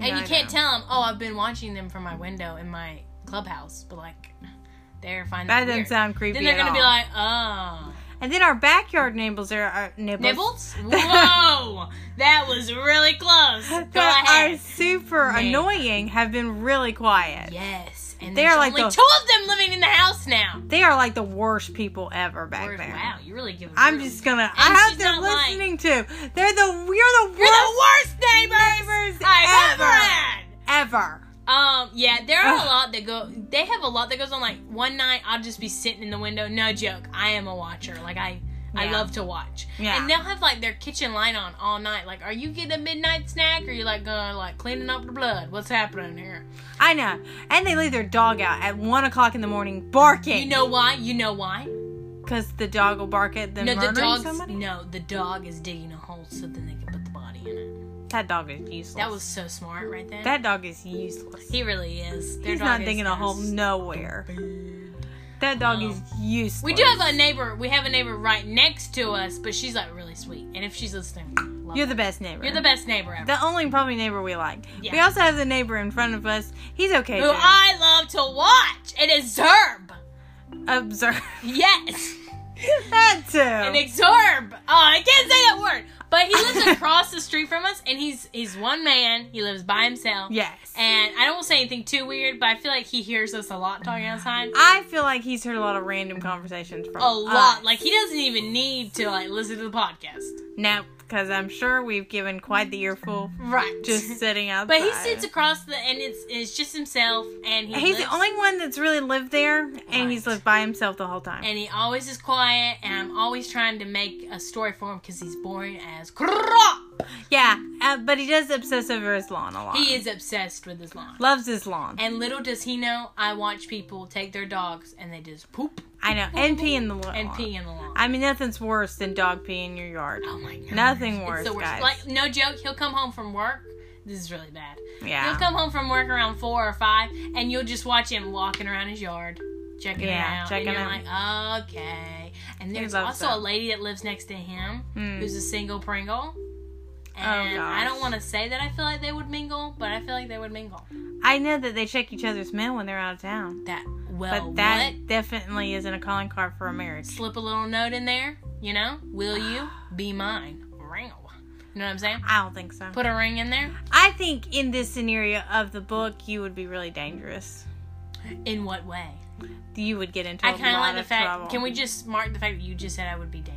Speaker 1: and you can't tell them, oh, I've been watching them from my window in my clubhouse, but like, they're finding
Speaker 2: That
Speaker 1: it
Speaker 2: doesn't
Speaker 1: weird.
Speaker 2: sound creepy.
Speaker 1: Then they're
Speaker 2: at
Speaker 1: gonna be
Speaker 2: all.
Speaker 1: like, oh.
Speaker 2: And then our backyard nibbles are, uh, are nibbles.
Speaker 1: Nibbles? Whoa! that was really close. Go
Speaker 2: That are
Speaker 1: ahead.
Speaker 2: super
Speaker 1: Man.
Speaker 2: annoying have been really quiet.
Speaker 1: Yes. And
Speaker 2: They
Speaker 1: there's
Speaker 2: are like
Speaker 1: only
Speaker 2: the-
Speaker 1: two of them living in the house now.
Speaker 2: They are like the worst people ever back there.
Speaker 1: Wow, you really give
Speaker 2: I'm
Speaker 1: real-
Speaker 2: just gonna.
Speaker 1: And
Speaker 2: I hope
Speaker 1: she's
Speaker 2: they're
Speaker 1: not lying.
Speaker 2: listening too. They're the we're the
Speaker 1: You're
Speaker 2: worst
Speaker 1: the worst neighbors,
Speaker 2: Neighbors
Speaker 1: I've
Speaker 2: ever.
Speaker 1: ever had.
Speaker 2: ever.
Speaker 1: Um, yeah, there are
Speaker 2: Ugh.
Speaker 1: a lot that go. They have a lot that goes on. Like one night, I'll just be sitting in the window. No joke, I am a watcher. Like I, I
Speaker 2: Yeah.
Speaker 1: love to watch.
Speaker 2: Yeah.
Speaker 1: And they'll have like their kitchen light on all night. Like, are you getting a midnight snack? Or you like going like cleaning up the blood? What's happening here?
Speaker 2: I know. And they leave their dog out at one o'clock in the morning barking.
Speaker 1: You know why? You know why?
Speaker 2: because the dog will bark at them
Speaker 1: no, the
Speaker 2: murdering
Speaker 1: dog's
Speaker 2: somebody.
Speaker 1: no, the dog is digging a hole so then they can put the body in it.
Speaker 2: That dog is useless.
Speaker 1: That was so smart right there.
Speaker 2: that dog is useless.
Speaker 1: he really is. Their
Speaker 2: He's
Speaker 1: dog
Speaker 2: not
Speaker 1: is
Speaker 2: digging a hole
Speaker 1: kinda
Speaker 2: nowhere.
Speaker 1: stupid.
Speaker 2: That dog
Speaker 1: Um,
Speaker 2: is useless.
Speaker 1: We do have a neighbor. We have a neighbor right next to us, but she's like really sweet. And if she's listening, love
Speaker 2: You're
Speaker 1: her.
Speaker 2: the best neighbor.
Speaker 1: you're the best neighbor ever.
Speaker 2: The only probably neighbor we like.
Speaker 1: Yeah.
Speaker 2: We also have the neighbor in front of us. He's okay.
Speaker 1: Who
Speaker 2: too.
Speaker 1: I love to watch. It is Zerb.
Speaker 2: Observe
Speaker 1: Yes,
Speaker 2: that too.
Speaker 1: an exorb. Oh, I can't say that word. But he lives across the street from us, and he's he's one man. He lives by himself.
Speaker 2: yes.
Speaker 1: And I don't say anything too weird, but I feel like he hears us a lot talking outside.
Speaker 2: I feel like he's heard a lot of random conversations from
Speaker 1: A lot.
Speaker 2: us.
Speaker 1: Like he doesn't even need to like listen to the podcast.
Speaker 2: no, because I'm sure we've given quite the earful
Speaker 1: Right.
Speaker 2: just sitting outside.
Speaker 1: But he sits across the, and it's it's just himself, and he
Speaker 2: He's
Speaker 1: lives-
Speaker 2: the only one that's really lived there, and he's
Speaker 1: Right.
Speaker 2: lived by himself the whole time.
Speaker 1: and he always is quiet, and I'm always trying to make a story for him because he's boring as crap.
Speaker 2: yeah, uh, but he does obsess over his lawn a lot.
Speaker 1: He is obsessed with his lawn.
Speaker 2: loves his lawn.
Speaker 1: And little does he know, I watch people take their dogs and they just poop
Speaker 2: I know, and pee in the lawn.
Speaker 1: and pee in the lawn.
Speaker 2: I mean, nothing's worse than dog pee in your yard.
Speaker 1: oh my god,
Speaker 2: Nothing
Speaker 1: it's
Speaker 2: worse,
Speaker 1: the worst.
Speaker 2: guys.
Speaker 1: Like no joke, he'll come home from work. This is really bad.
Speaker 2: yeah.
Speaker 1: He'll come home from work around four or five, and you'll just watch him walking around his yard, checking
Speaker 2: Yeah,
Speaker 1: it out.
Speaker 2: checking
Speaker 1: and you're
Speaker 2: it
Speaker 1: like, okay. And there's
Speaker 2: loves
Speaker 1: also
Speaker 2: that.
Speaker 1: a lady that lives next to him
Speaker 2: Mm.
Speaker 1: who's a single Pringle. And I
Speaker 2: Oh, gosh.
Speaker 1: don't want to say that I feel like they would mingle, but I feel like they would mingle.
Speaker 2: I know that they check each other's mail when they're out of town,
Speaker 1: That
Speaker 2: but
Speaker 1: well,
Speaker 2: that
Speaker 1: Oh, what?
Speaker 2: definitely isn't a calling card for a marriage.
Speaker 1: Slip a little note in there, you know? Will you be mine? Ring. You know what I'm saying?
Speaker 2: I don't think so.
Speaker 1: Put a ring in there.
Speaker 2: I think in this scenario of the book, you would be really dangerous.
Speaker 1: In what way?
Speaker 2: You would get into a
Speaker 1: I kind of
Speaker 2: lot
Speaker 1: like the
Speaker 2: of
Speaker 1: fact.
Speaker 2: trouble.
Speaker 1: Can we just mark the fact that you just said I would be dangerous?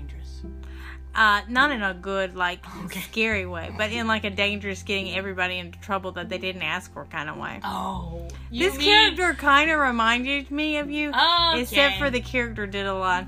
Speaker 2: Uh, not in a good, like,
Speaker 1: Okay.
Speaker 2: scary way, but in like a dangerous getting everybody into trouble that they didn't ask for kind of way.
Speaker 1: Oh, you
Speaker 2: This
Speaker 1: mean-
Speaker 2: character kind of reminded me of you,
Speaker 1: Okay.
Speaker 2: except for the character did a lot.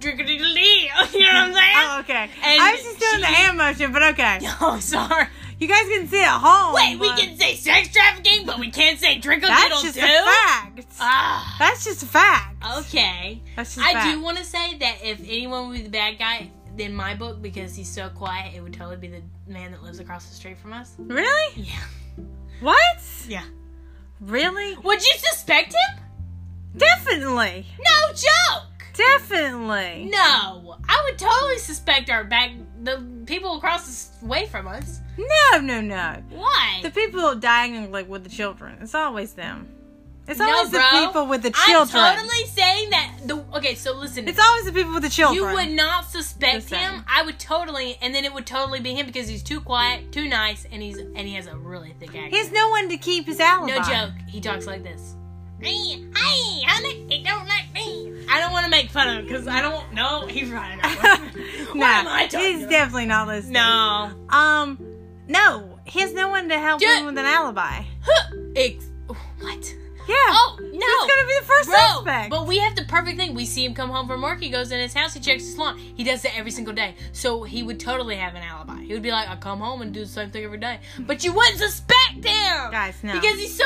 Speaker 1: drink a diddle You know what I'm saying?
Speaker 2: Oh, okay.
Speaker 1: And
Speaker 2: I was just doing the
Speaker 1: she-
Speaker 2: hand motion, but okay.
Speaker 1: Oh, sorry.
Speaker 2: You guys can see it at home.
Speaker 1: Wait, we
Speaker 2: but
Speaker 1: can say sex trafficking, but we can't say drink a
Speaker 2: That's
Speaker 1: diddle
Speaker 2: just
Speaker 1: too.
Speaker 2: a fact.
Speaker 1: Ah,
Speaker 2: That's just a fact.
Speaker 1: okay.
Speaker 2: That's just a
Speaker 1: Oh, I
Speaker 2: fact.
Speaker 1: do want to say that if anyone would be the bad guy in my book, because he's so quiet, it would totally be the man that lives across the street from us.
Speaker 2: Really?
Speaker 1: Yeah.
Speaker 2: What?
Speaker 1: Yeah.
Speaker 2: Really?
Speaker 1: Would you suspect him?
Speaker 2: Definitely.
Speaker 1: No joke.
Speaker 2: Definitely.
Speaker 1: No, I would totally suspect our back the people across the way from us.
Speaker 2: No, no, no.
Speaker 1: Why?
Speaker 2: The people diagonally with the children. It's always them. It's
Speaker 1: No,
Speaker 2: always the
Speaker 1: bro.
Speaker 2: people with the
Speaker 1: I'm
Speaker 2: children.
Speaker 1: totally saying that. The okay, so listen.
Speaker 2: It's always the people with the children.
Speaker 1: you would not suspect
Speaker 2: Just saying.
Speaker 1: him. I would totally, and then it would totally be him because he's too quiet, too nice, and he's and he has a really thick accent.
Speaker 2: He has no one to keep his alibi.
Speaker 1: no joke. He talks like this. Hey, hey, honey, it don't like me. I don't want to make fun of him because I don't know. He's right.
Speaker 2: no,
Speaker 1: am I talking
Speaker 2: he's
Speaker 1: about?
Speaker 2: definitely not listening.
Speaker 1: no.
Speaker 2: Um, no, he has no one to help
Speaker 1: Ju-
Speaker 2: him with an alibi.
Speaker 1: Huh. Ex- what?
Speaker 2: Yeah.
Speaker 1: Oh no.
Speaker 2: He's gonna be the first
Speaker 1: Bro,
Speaker 2: suspect.
Speaker 1: but we have the perfect thing. We see him come home from work. He goes in his house. He checks his lawn. He does that every single day. So he would totally have an alibi. He would be like, I come home and do the same thing every day. But you wouldn't suspect him,
Speaker 2: Guys, no.
Speaker 1: because he's so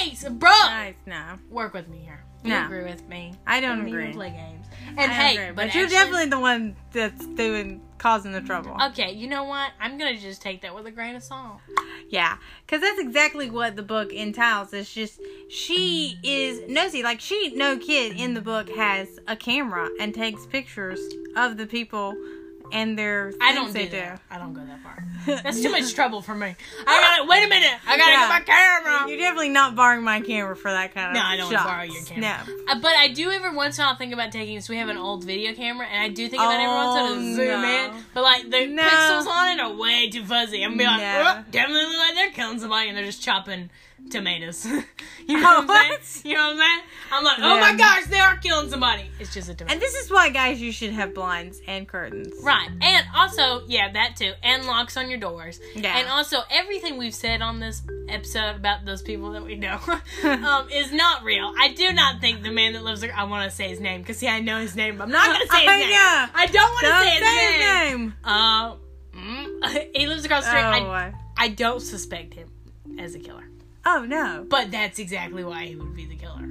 Speaker 1: nice, bro.
Speaker 2: Guys, no,
Speaker 1: Work with me here.
Speaker 2: No.
Speaker 1: You agree with me?
Speaker 2: I don't
Speaker 1: We
Speaker 2: agree.
Speaker 1: Play games. And
Speaker 2: I
Speaker 1: hey,
Speaker 2: agree,
Speaker 1: but,
Speaker 2: but, you're
Speaker 1: actually- Oh.
Speaker 2: definitely the one that's doing causing the trouble.
Speaker 1: Okay, you know what? I'm gonna just take that with a grain of salt.
Speaker 2: Yeah, because that's exactly what the book entails. It's just she is nosy. Like she, no kid in the book has a camera and takes pictures of the people and their
Speaker 1: I don't
Speaker 2: things
Speaker 1: do
Speaker 2: they
Speaker 1: that. I don't go that far. That's too much trouble for me. I got to wait a minute. I gotta get
Speaker 2: Yeah.
Speaker 1: my camera.
Speaker 2: You're definitely not borrowing my camera for that kind of
Speaker 1: No, I don't
Speaker 2: shots.
Speaker 1: borrow your camera.
Speaker 2: No.
Speaker 1: Uh, But I do every once in a while think about taking. So we have an old video camera, and I do think about every once in a while to
Speaker 2: Oh,
Speaker 1: zoom
Speaker 2: no.
Speaker 1: in. But like the
Speaker 2: No.
Speaker 1: pixels on it are way too fuzzy. I'm gonna be like,
Speaker 2: No.
Speaker 1: "Oh, definitely look like they're killing somebody, and they're just chopping tomatoes. you know what? I'm
Speaker 2: What?
Speaker 1: saying? You know what I'm saying? I'm like, oh my
Speaker 2: Yeah.
Speaker 1: gosh, they are killing somebody. It's just a tomato.
Speaker 2: And this is why, guys, you should have blinds and curtains.
Speaker 1: Right. And also, yeah, that too. And locks on your doors.
Speaker 2: Yeah.
Speaker 1: And also, everything we've said on this episode about those people that we know um, is not real. I do not think the man that lives there, I want to say his name because, see, I know his name, but I'm not going to say his
Speaker 2: I
Speaker 1: name.
Speaker 2: know.
Speaker 1: I don't want to
Speaker 2: Don't
Speaker 1: say his
Speaker 2: say
Speaker 1: name.
Speaker 2: his name.
Speaker 1: Uh, mm, he lives across the street.
Speaker 2: Oh,
Speaker 1: I,
Speaker 2: uh,
Speaker 1: I don't suspect him as a killer.
Speaker 2: oh no.
Speaker 1: But that's exactly why he would be the killer.
Speaker 2: what?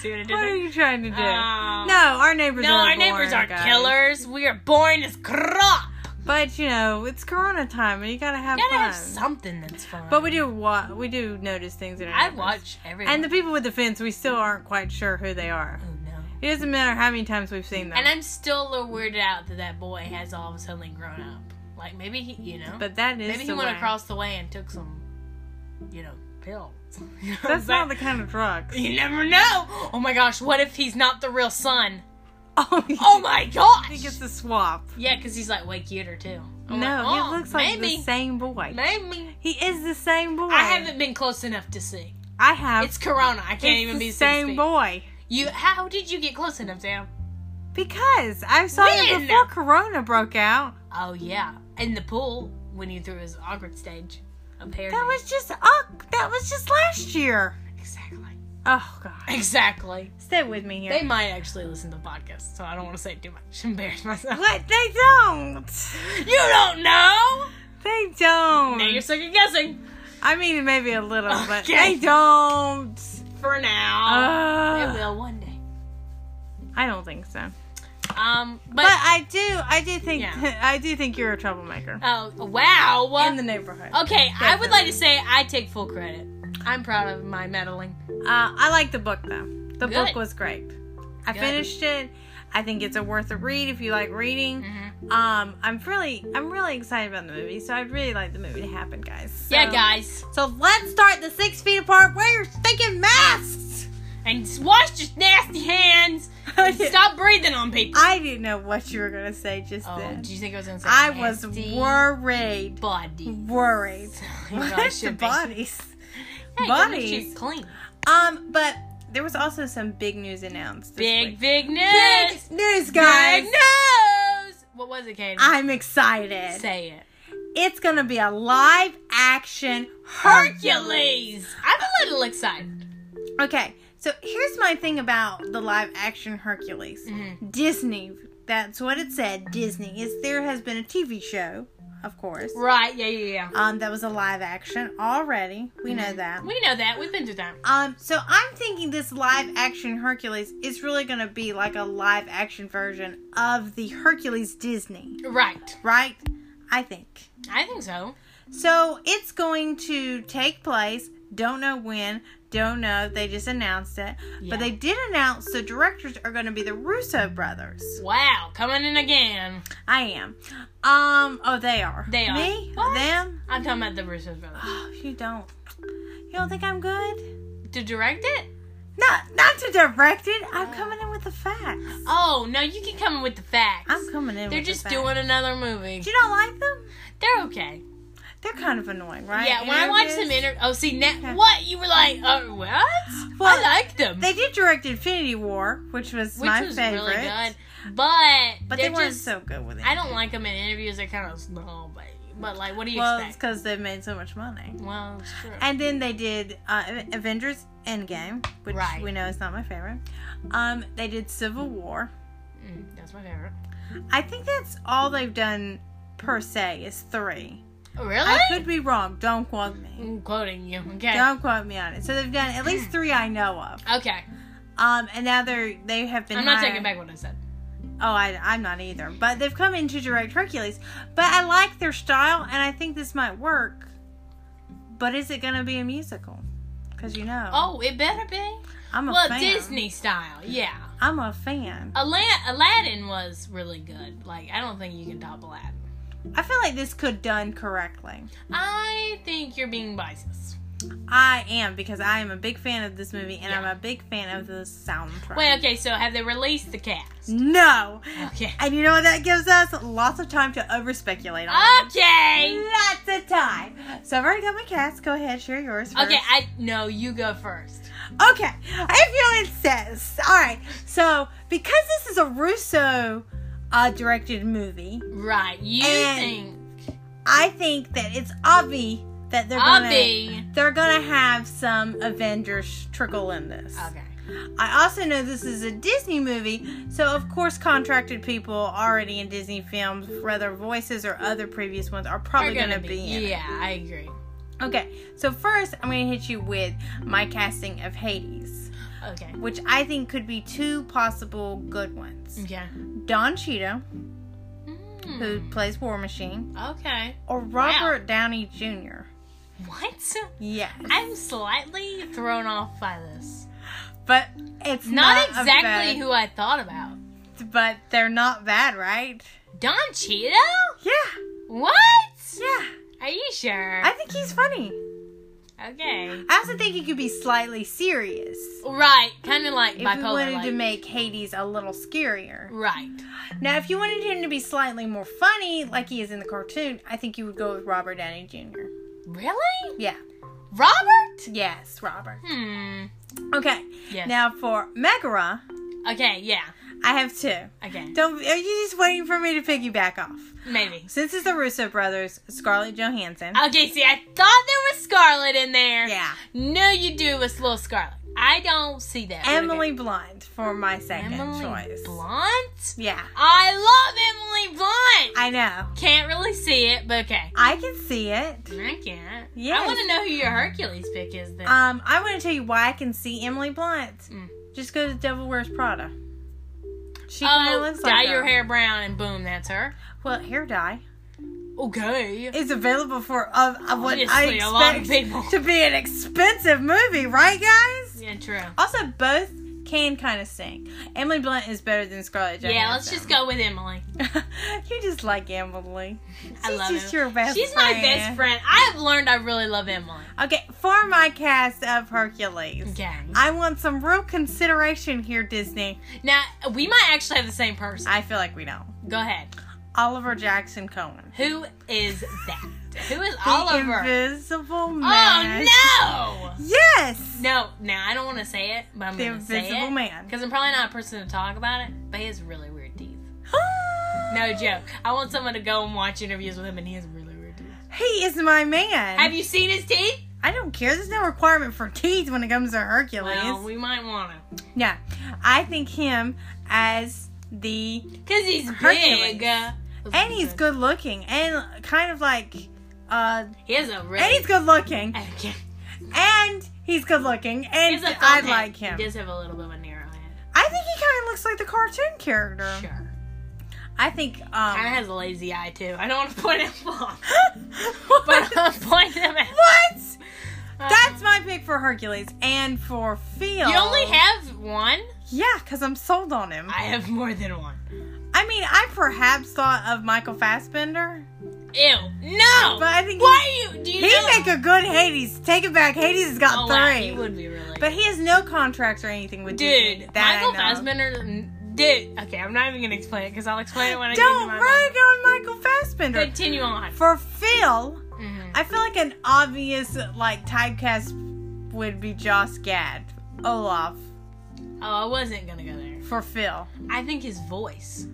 Speaker 1: See what I did
Speaker 2: What are
Speaker 1: there?
Speaker 2: you trying to do?
Speaker 1: Um,
Speaker 2: no, our neighbors
Speaker 1: No,
Speaker 2: are
Speaker 1: our neighbors are
Speaker 2: boring, guys.
Speaker 1: killers. We are born as crap.
Speaker 2: But you know, it's Corona time, and you gotta have
Speaker 1: Gotta
Speaker 2: fun.
Speaker 1: have something that's fun.
Speaker 2: But we do wa- we do notice things in our
Speaker 1: I
Speaker 2: neighbors.
Speaker 1: watch everyone.
Speaker 2: And the people with the fence, we still aren't quite sure who they are.
Speaker 1: oh no.
Speaker 2: It doesn't matter how many times we've seen them.
Speaker 1: And I'm still a little weirded out that that boy has all of a sudden grown up. Like maybe he, you know,
Speaker 2: but that is
Speaker 1: maybe he
Speaker 2: the
Speaker 1: went
Speaker 2: way.
Speaker 1: across the way and took some, you know, pills. You know what I'm
Speaker 2: That's not the
Speaker 1: saying?
Speaker 2: kind of drugs.
Speaker 1: You never know. Oh my gosh, what if he's not the real son?
Speaker 2: Oh,
Speaker 1: Oh my gosh.
Speaker 2: he gets the swap.
Speaker 1: yeah, because he's like way cuter too. I'm
Speaker 2: no,
Speaker 1: like,
Speaker 2: he
Speaker 1: oh,
Speaker 2: looks like
Speaker 1: maybe,
Speaker 2: the same boy.
Speaker 1: Maybe.
Speaker 2: He is the same boy.
Speaker 1: I haven't been close enough to see.
Speaker 2: I have.
Speaker 1: It's Corona. I can't
Speaker 2: It's
Speaker 1: even
Speaker 2: the
Speaker 1: be six
Speaker 2: same
Speaker 1: feet.
Speaker 2: boy.
Speaker 1: You? How did you get close enough, Sam?
Speaker 2: Because I saw him
Speaker 1: When?
Speaker 2: before Corona broke out.
Speaker 1: Oh yeah, in the pool when he threw his awkward stage. Apparently.
Speaker 2: That was just oh, that was just last year.
Speaker 1: exactly.
Speaker 2: Oh God.
Speaker 1: Exactly.
Speaker 2: Stay with me here.
Speaker 1: They might actually listen to the podcast, so I don't want to say too much. Embarrass myself.
Speaker 2: what? They don't.
Speaker 1: You don't know.
Speaker 2: They don't.
Speaker 1: Now you're second guessing.
Speaker 2: I mean, maybe a little, but
Speaker 1: Okay.
Speaker 2: they don't.
Speaker 1: For now,
Speaker 2: Ugh.
Speaker 1: they will one day.
Speaker 2: I don't think so.
Speaker 1: Um, but,
Speaker 2: But, I do, I do think,
Speaker 1: Yeah.
Speaker 2: I do think you're a troublemaker
Speaker 1: oh wow.
Speaker 2: in the neighborhood. Uh,
Speaker 1: okay, I would like to say I take full credit. I'm proud of my meddling.
Speaker 2: Uh, I like the book though. The
Speaker 1: Good.
Speaker 2: book was great. I
Speaker 1: Good.
Speaker 2: finished it. I think it's a worth a read if you like reading.
Speaker 1: Mhm.
Speaker 2: Um, I'm really, I'm really excited about the movie, so I'd really like the movie to happen, guys. So-
Speaker 1: Yeah, guys,
Speaker 2: So let's start the six feet apart. Wear your stinking masks.
Speaker 1: and just wash your nasty hands. And stop breathing on people.
Speaker 2: I didn't know what you were gonna say just
Speaker 1: Oh,
Speaker 2: then.
Speaker 1: do you think I was gonna say?
Speaker 2: I was
Speaker 1: nasty
Speaker 2: worried. Hmm.
Speaker 1: Body.
Speaker 2: Worried.
Speaker 1: You probably
Speaker 2: What's the
Speaker 1: should be.
Speaker 2: bodies?
Speaker 1: Hey, at least she's
Speaker 2: Bodies.
Speaker 1: clean.
Speaker 2: Um, but there was also some big news announced. this
Speaker 1: Big,
Speaker 2: week.
Speaker 1: big news.
Speaker 2: big news,
Speaker 1: Big
Speaker 2: guys.
Speaker 1: news. What was it, Katie?
Speaker 2: I'm excited.
Speaker 1: Say it.
Speaker 2: It's gonna be a live action
Speaker 1: Hercules. I'm a little excited.
Speaker 2: Okay, so here's my thing about the live action Hercules.
Speaker 1: Mhm.
Speaker 2: Disney, that's what it said. Disney is there has been a TV show, of course.
Speaker 1: Right? Yeah, yeah,
Speaker 2: Um, that was a live action already. We know that.
Speaker 1: yeah. We know that. We've been through that.
Speaker 2: Um, so I'm thinking this live action Hercules is really gonna be like a live action version of the Hercules Disney,
Speaker 1: Right.
Speaker 2: right? I think.
Speaker 1: I think so.
Speaker 2: So it's going to take place. Don't know when. Don't know. They just announced it.
Speaker 1: Yeah.
Speaker 2: But they did announce the directors are going to be the Russo brothers.
Speaker 1: Wow, coming in again.
Speaker 2: I am. Um. Oh, they are.
Speaker 1: They are.
Speaker 2: Me?
Speaker 1: What?
Speaker 2: Them?
Speaker 1: I'm talking about the Russo brothers.
Speaker 2: Oh, you don't. You don't think I'm good?
Speaker 1: To direct it?
Speaker 2: Not, not to direct it. I'm coming in with the facts.
Speaker 1: Oh no, you can come in with the facts.
Speaker 2: I'm coming in.
Speaker 1: They're
Speaker 2: with
Speaker 1: just
Speaker 2: the facts.
Speaker 1: doing another movie.
Speaker 2: Do you not like them?
Speaker 1: They're okay.
Speaker 2: They're kind of annoying, right?
Speaker 1: Yeah, when I watched them
Speaker 2: Interviews?
Speaker 1: inter oh see net
Speaker 2: Yeah.
Speaker 1: what you were like, oh what?
Speaker 2: Well,
Speaker 1: I like them,
Speaker 2: they did direct Infinity War, which was
Speaker 1: which
Speaker 2: my
Speaker 1: was
Speaker 2: favorite.
Speaker 1: really good. But
Speaker 2: But
Speaker 1: they're
Speaker 2: they weren't
Speaker 1: just
Speaker 2: so good with it.
Speaker 1: I don't like them in interviews. They're kind of slow, but but like what do you
Speaker 2: Well, it's
Speaker 1: expect?
Speaker 2: because they've made so much money.
Speaker 1: Well, it's true.
Speaker 2: And then they did uh, Avengers Endgame, which
Speaker 1: Right.
Speaker 2: we know is not my favorite. Um, they did Civil War.
Speaker 1: Mm, that's my favorite.
Speaker 2: I think that's all they've done per se is three.
Speaker 1: Oh, Really?
Speaker 2: I could be wrong. Don't quote me.
Speaker 1: I'm quoting you. Okay.
Speaker 2: Don't quote me on it. So they've done at least three I know of.
Speaker 1: Okay.
Speaker 2: Um, and now they're they have been.
Speaker 1: I'm not
Speaker 2: hiring-
Speaker 1: taking back what I said.
Speaker 2: Oh, I, I'm not either. But they've come in to direct Hercules. But I like their style, and I think this might work. But is it going to be a musical? Because you know,
Speaker 1: Oh, it better be.
Speaker 2: I'm a
Speaker 1: Well,
Speaker 2: fan.
Speaker 1: Disney style. Yeah.
Speaker 2: I'm a fan.
Speaker 1: Ala- Aladdin was really good. Like I don't think you can top Aladdin.
Speaker 2: I feel like this could done correctly.
Speaker 1: I think you're being biased.
Speaker 2: I am because I am a big fan of this movie and
Speaker 1: Yeah.
Speaker 2: I'm a big fan of the soundtrack.
Speaker 1: Wait, okay, so have they released the cast?
Speaker 2: No.
Speaker 1: Okay.
Speaker 2: And you know what that gives us? Lots of time to over speculate on. it.
Speaker 1: Okay.
Speaker 2: Lots of time. So I've already got my cast. Go ahead, share yours. First.
Speaker 1: Okay, I no, you go first.
Speaker 2: Okay, I feel it says. All right, so because this is a Russo uh, directed movie,
Speaker 1: Right, you
Speaker 2: And-
Speaker 1: think
Speaker 2: I think that it's obvi that they're gonna
Speaker 1: Abby?
Speaker 2: they're gonna have some Avengers trickle in this.
Speaker 1: Okay.
Speaker 2: I also know this is a Disney movie, so of course contracted people already in Disney films, whether voices or other previous ones, are probably
Speaker 1: We're gonna, be.
Speaker 2: in it.
Speaker 1: yeah, I agree.
Speaker 2: Okay, so first I'm gonna hit you with my casting of Hades.
Speaker 1: Okay.
Speaker 2: which I think could be two possible good ones.
Speaker 1: Okay.
Speaker 2: Don Cheeto, who
Speaker 1: Mm,
Speaker 2: plays War Machine,
Speaker 1: okay.
Speaker 2: or Robert Downey Jr.
Speaker 1: What?
Speaker 2: Yes,
Speaker 1: I'm slightly thrown off by this.
Speaker 2: but it's
Speaker 1: Not,
Speaker 2: not, a
Speaker 1: exactly
Speaker 2: bad-
Speaker 1: who I thought about.
Speaker 2: But they're not bad, right?
Speaker 1: Don Cheeto?
Speaker 2: Yeah,
Speaker 1: What?
Speaker 2: yeah.
Speaker 1: Are you sure?
Speaker 2: I think he's funny.
Speaker 1: okay.
Speaker 2: I also think he could be slightly serious
Speaker 1: Right, kind of like
Speaker 2: if we
Speaker 1: bipolar.
Speaker 2: wanted
Speaker 1: Like.
Speaker 2: to make Hades a little scarier.
Speaker 1: right.
Speaker 2: Now, if you wanted him to be slightly more funny, like he is in the cartoon, I think you would go with Robert Downey Jr.
Speaker 1: Really?
Speaker 2: Yeah.
Speaker 1: Robert?
Speaker 2: Yes, Robert.
Speaker 1: Hmm.
Speaker 2: Okay.
Speaker 1: Yes.
Speaker 2: Now for Megara,
Speaker 1: Okay, yeah.
Speaker 2: I have two.
Speaker 1: Okay.
Speaker 2: Don't are you just waiting for me to piggyback off?
Speaker 1: Maybe.
Speaker 2: Since it's the Russo brothers, Scarlett Johansson.
Speaker 1: Okay, see, I thought there was Scarlet in there.
Speaker 2: yeah.
Speaker 1: No, you do. It's little Scarlet. I don't see that. but
Speaker 2: Emily Blunt for my
Speaker 1: okay.
Speaker 2: second
Speaker 1: Emily
Speaker 2: choice.
Speaker 1: Blunt?
Speaker 2: Yeah.
Speaker 1: I love Emily Blunt.
Speaker 2: I know.
Speaker 1: Can't really see it, but okay.
Speaker 2: I can see it.
Speaker 1: I can't.
Speaker 2: Yes.
Speaker 1: I want to know who your Hercules pick is then.
Speaker 2: Um, I want to tell you why I can see Emily Blunt.
Speaker 1: Mm.
Speaker 2: Just go to Devil Wears Prada. She kinda
Speaker 1: oh,
Speaker 2: looks
Speaker 1: dye
Speaker 2: like her.
Speaker 1: your hair brown and boom, that's her.
Speaker 2: Well, hair dye
Speaker 1: Okay.
Speaker 2: is available for of, of what I
Speaker 1: Obviously,
Speaker 2: expect
Speaker 1: a lot of people.
Speaker 2: to be an expensive movie, right, guys?
Speaker 1: Yeah, true.
Speaker 2: Also, both can kind of sing. Emily Blunt is better than Scarlett Johansson.
Speaker 1: Yeah, let's just go with Emily.
Speaker 2: you just like Emily. She's
Speaker 1: I love
Speaker 2: just
Speaker 1: her.
Speaker 2: your best
Speaker 1: She's
Speaker 2: friend.
Speaker 1: my best friend. I have learned I really love Emily.
Speaker 2: Okay, for my cast of Hercules,
Speaker 1: Okay.
Speaker 2: I want some real consideration here, Disney.
Speaker 1: Now, we might actually have the same person.
Speaker 2: I feel like we don't.
Speaker 1: Go ahead.
Speaker 2: Oliver Jackson Cohen.
Speaker 1: Who is that? Who is
Speaker 2: The
Speaker 1: Oliver?
Speaker 2: Invisible Man.
Speaker 1: Oh, no!
Speaker 2: Yes!
Speaker 1: No, now I don't want to say it, but I'm
Speaker 2: The
Speaker 1: going to say
Speaker 2: Invisible
Speaker 1: it.
Speaker 2: Man.
Speaker 1: Because I'm probably not a person to talk about it, but he has really weird teeth. No joke. I want someone to go and watch interviews with him, and he has really weird teeth.
Speaker 2: He is my man.
Speaker 1: Have you seen his teeth?
Speaker 2: I don't care. There's no requirement for teeth when it comes to Hercules.
Speaker 1: Well, we might want to.
Speaker 2: Yeah, I think him as the
Speaker 1: Because he's
Speaker 2: Hercules.
Speaker 1: big. uh,
Speaker 2: and he's good looking and kind of like uh
Speaker 1: He has a
Speaker 2: and
Speaker 1: really.
Speaker 2: he's good looking
Speaker 1: Okay.
Speaker 2: and he's good looking
Speaker 1: He
Speaker 2: and
Speaker 1: has a
Speaker 2: I
Speaker 1: thumbhead.
Speaker 2: like him.
Speaker 1: He does have a little bit of a narrow head.
Speaker 2: I think he kind of looks like the cartoon character.
Speaker 1: Sure.
Speaker 2: I think
Speaker 1: Kind of
Speaker 2: um
Speaker 1: has a lazy eye too. I don't want to point him out,
Speaker 2: what?
Speaker 1: but I'll point him out.
Speaker 2: What?
Speaker 1: Uh,
Speaker 2: That's my pick for Hercules and for Phil.
Speaker 1: you only have one.
Speaker 2: yeah, cuz I'm sold on him.
Speaker 1: I have more than one.
Speaker 2: I mean, I perhaps thought of Michael Fassbender,
Speaker 1: Ew. No.
Speaker 2: but I think
Speaker 1: Oh. Why are you? Do you
Speaker 2: he
Speaker 1: know?
Speaker 2: make a good Hades. Take it back. Hades has got
Speaker 1: oh,
Speaker 2: three.
Speaker 1: Wow, you would be really.
Speaker 2: But he has no contract or anything with Disney.
Speaker 1: dude,
Speaker 2: That I
Speaker 1: Michael
Speaker 2: know.
Speaker 1: Fassbender. n- Dude. Okay, I'm not even gonna explain it because I'll explain it when I
Speaker 2: Don't
Speaker 1: get to my
Speaker 2: rag on Michael Fassbender.
Speaker 1: mind. Continue on.
Speaker 2: For Phil,
Speaker 1: Mhm.
Speaker 2: I feel like an obvious like typecast would be Joss Gad, Olaf
Speaker 1: Oh, I wasn't gonna go there.
Speaker 2: for Phil.
Speaker 1: I think his voice.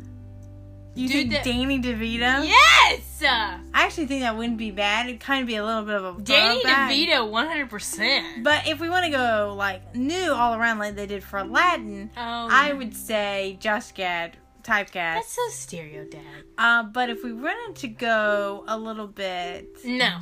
Speaker 2: You
Speaker 1: Dude,
Speaker 2: think
Speaker 1: that-
Speaker 2: Danny DeVito?
Speaker 1: Yes. Uh,
Speaker 2: I actually think that wouldn't be bad. It'd kind of be a little bit of a
Speaker 1: Danny
Speaker 2: throwback.
Speaker 1: DeVito, 100. percent
Speaker 2: But if we want to go like new all around like they did for Aladdin,
Speaker 1: Oh,
Speaker 2: I would say Josh Gad typecast.
Speaker 1: That's so stereotypical.
Speaker 2: Uh, but if we wanted to go a little bit
Speaker 1: No.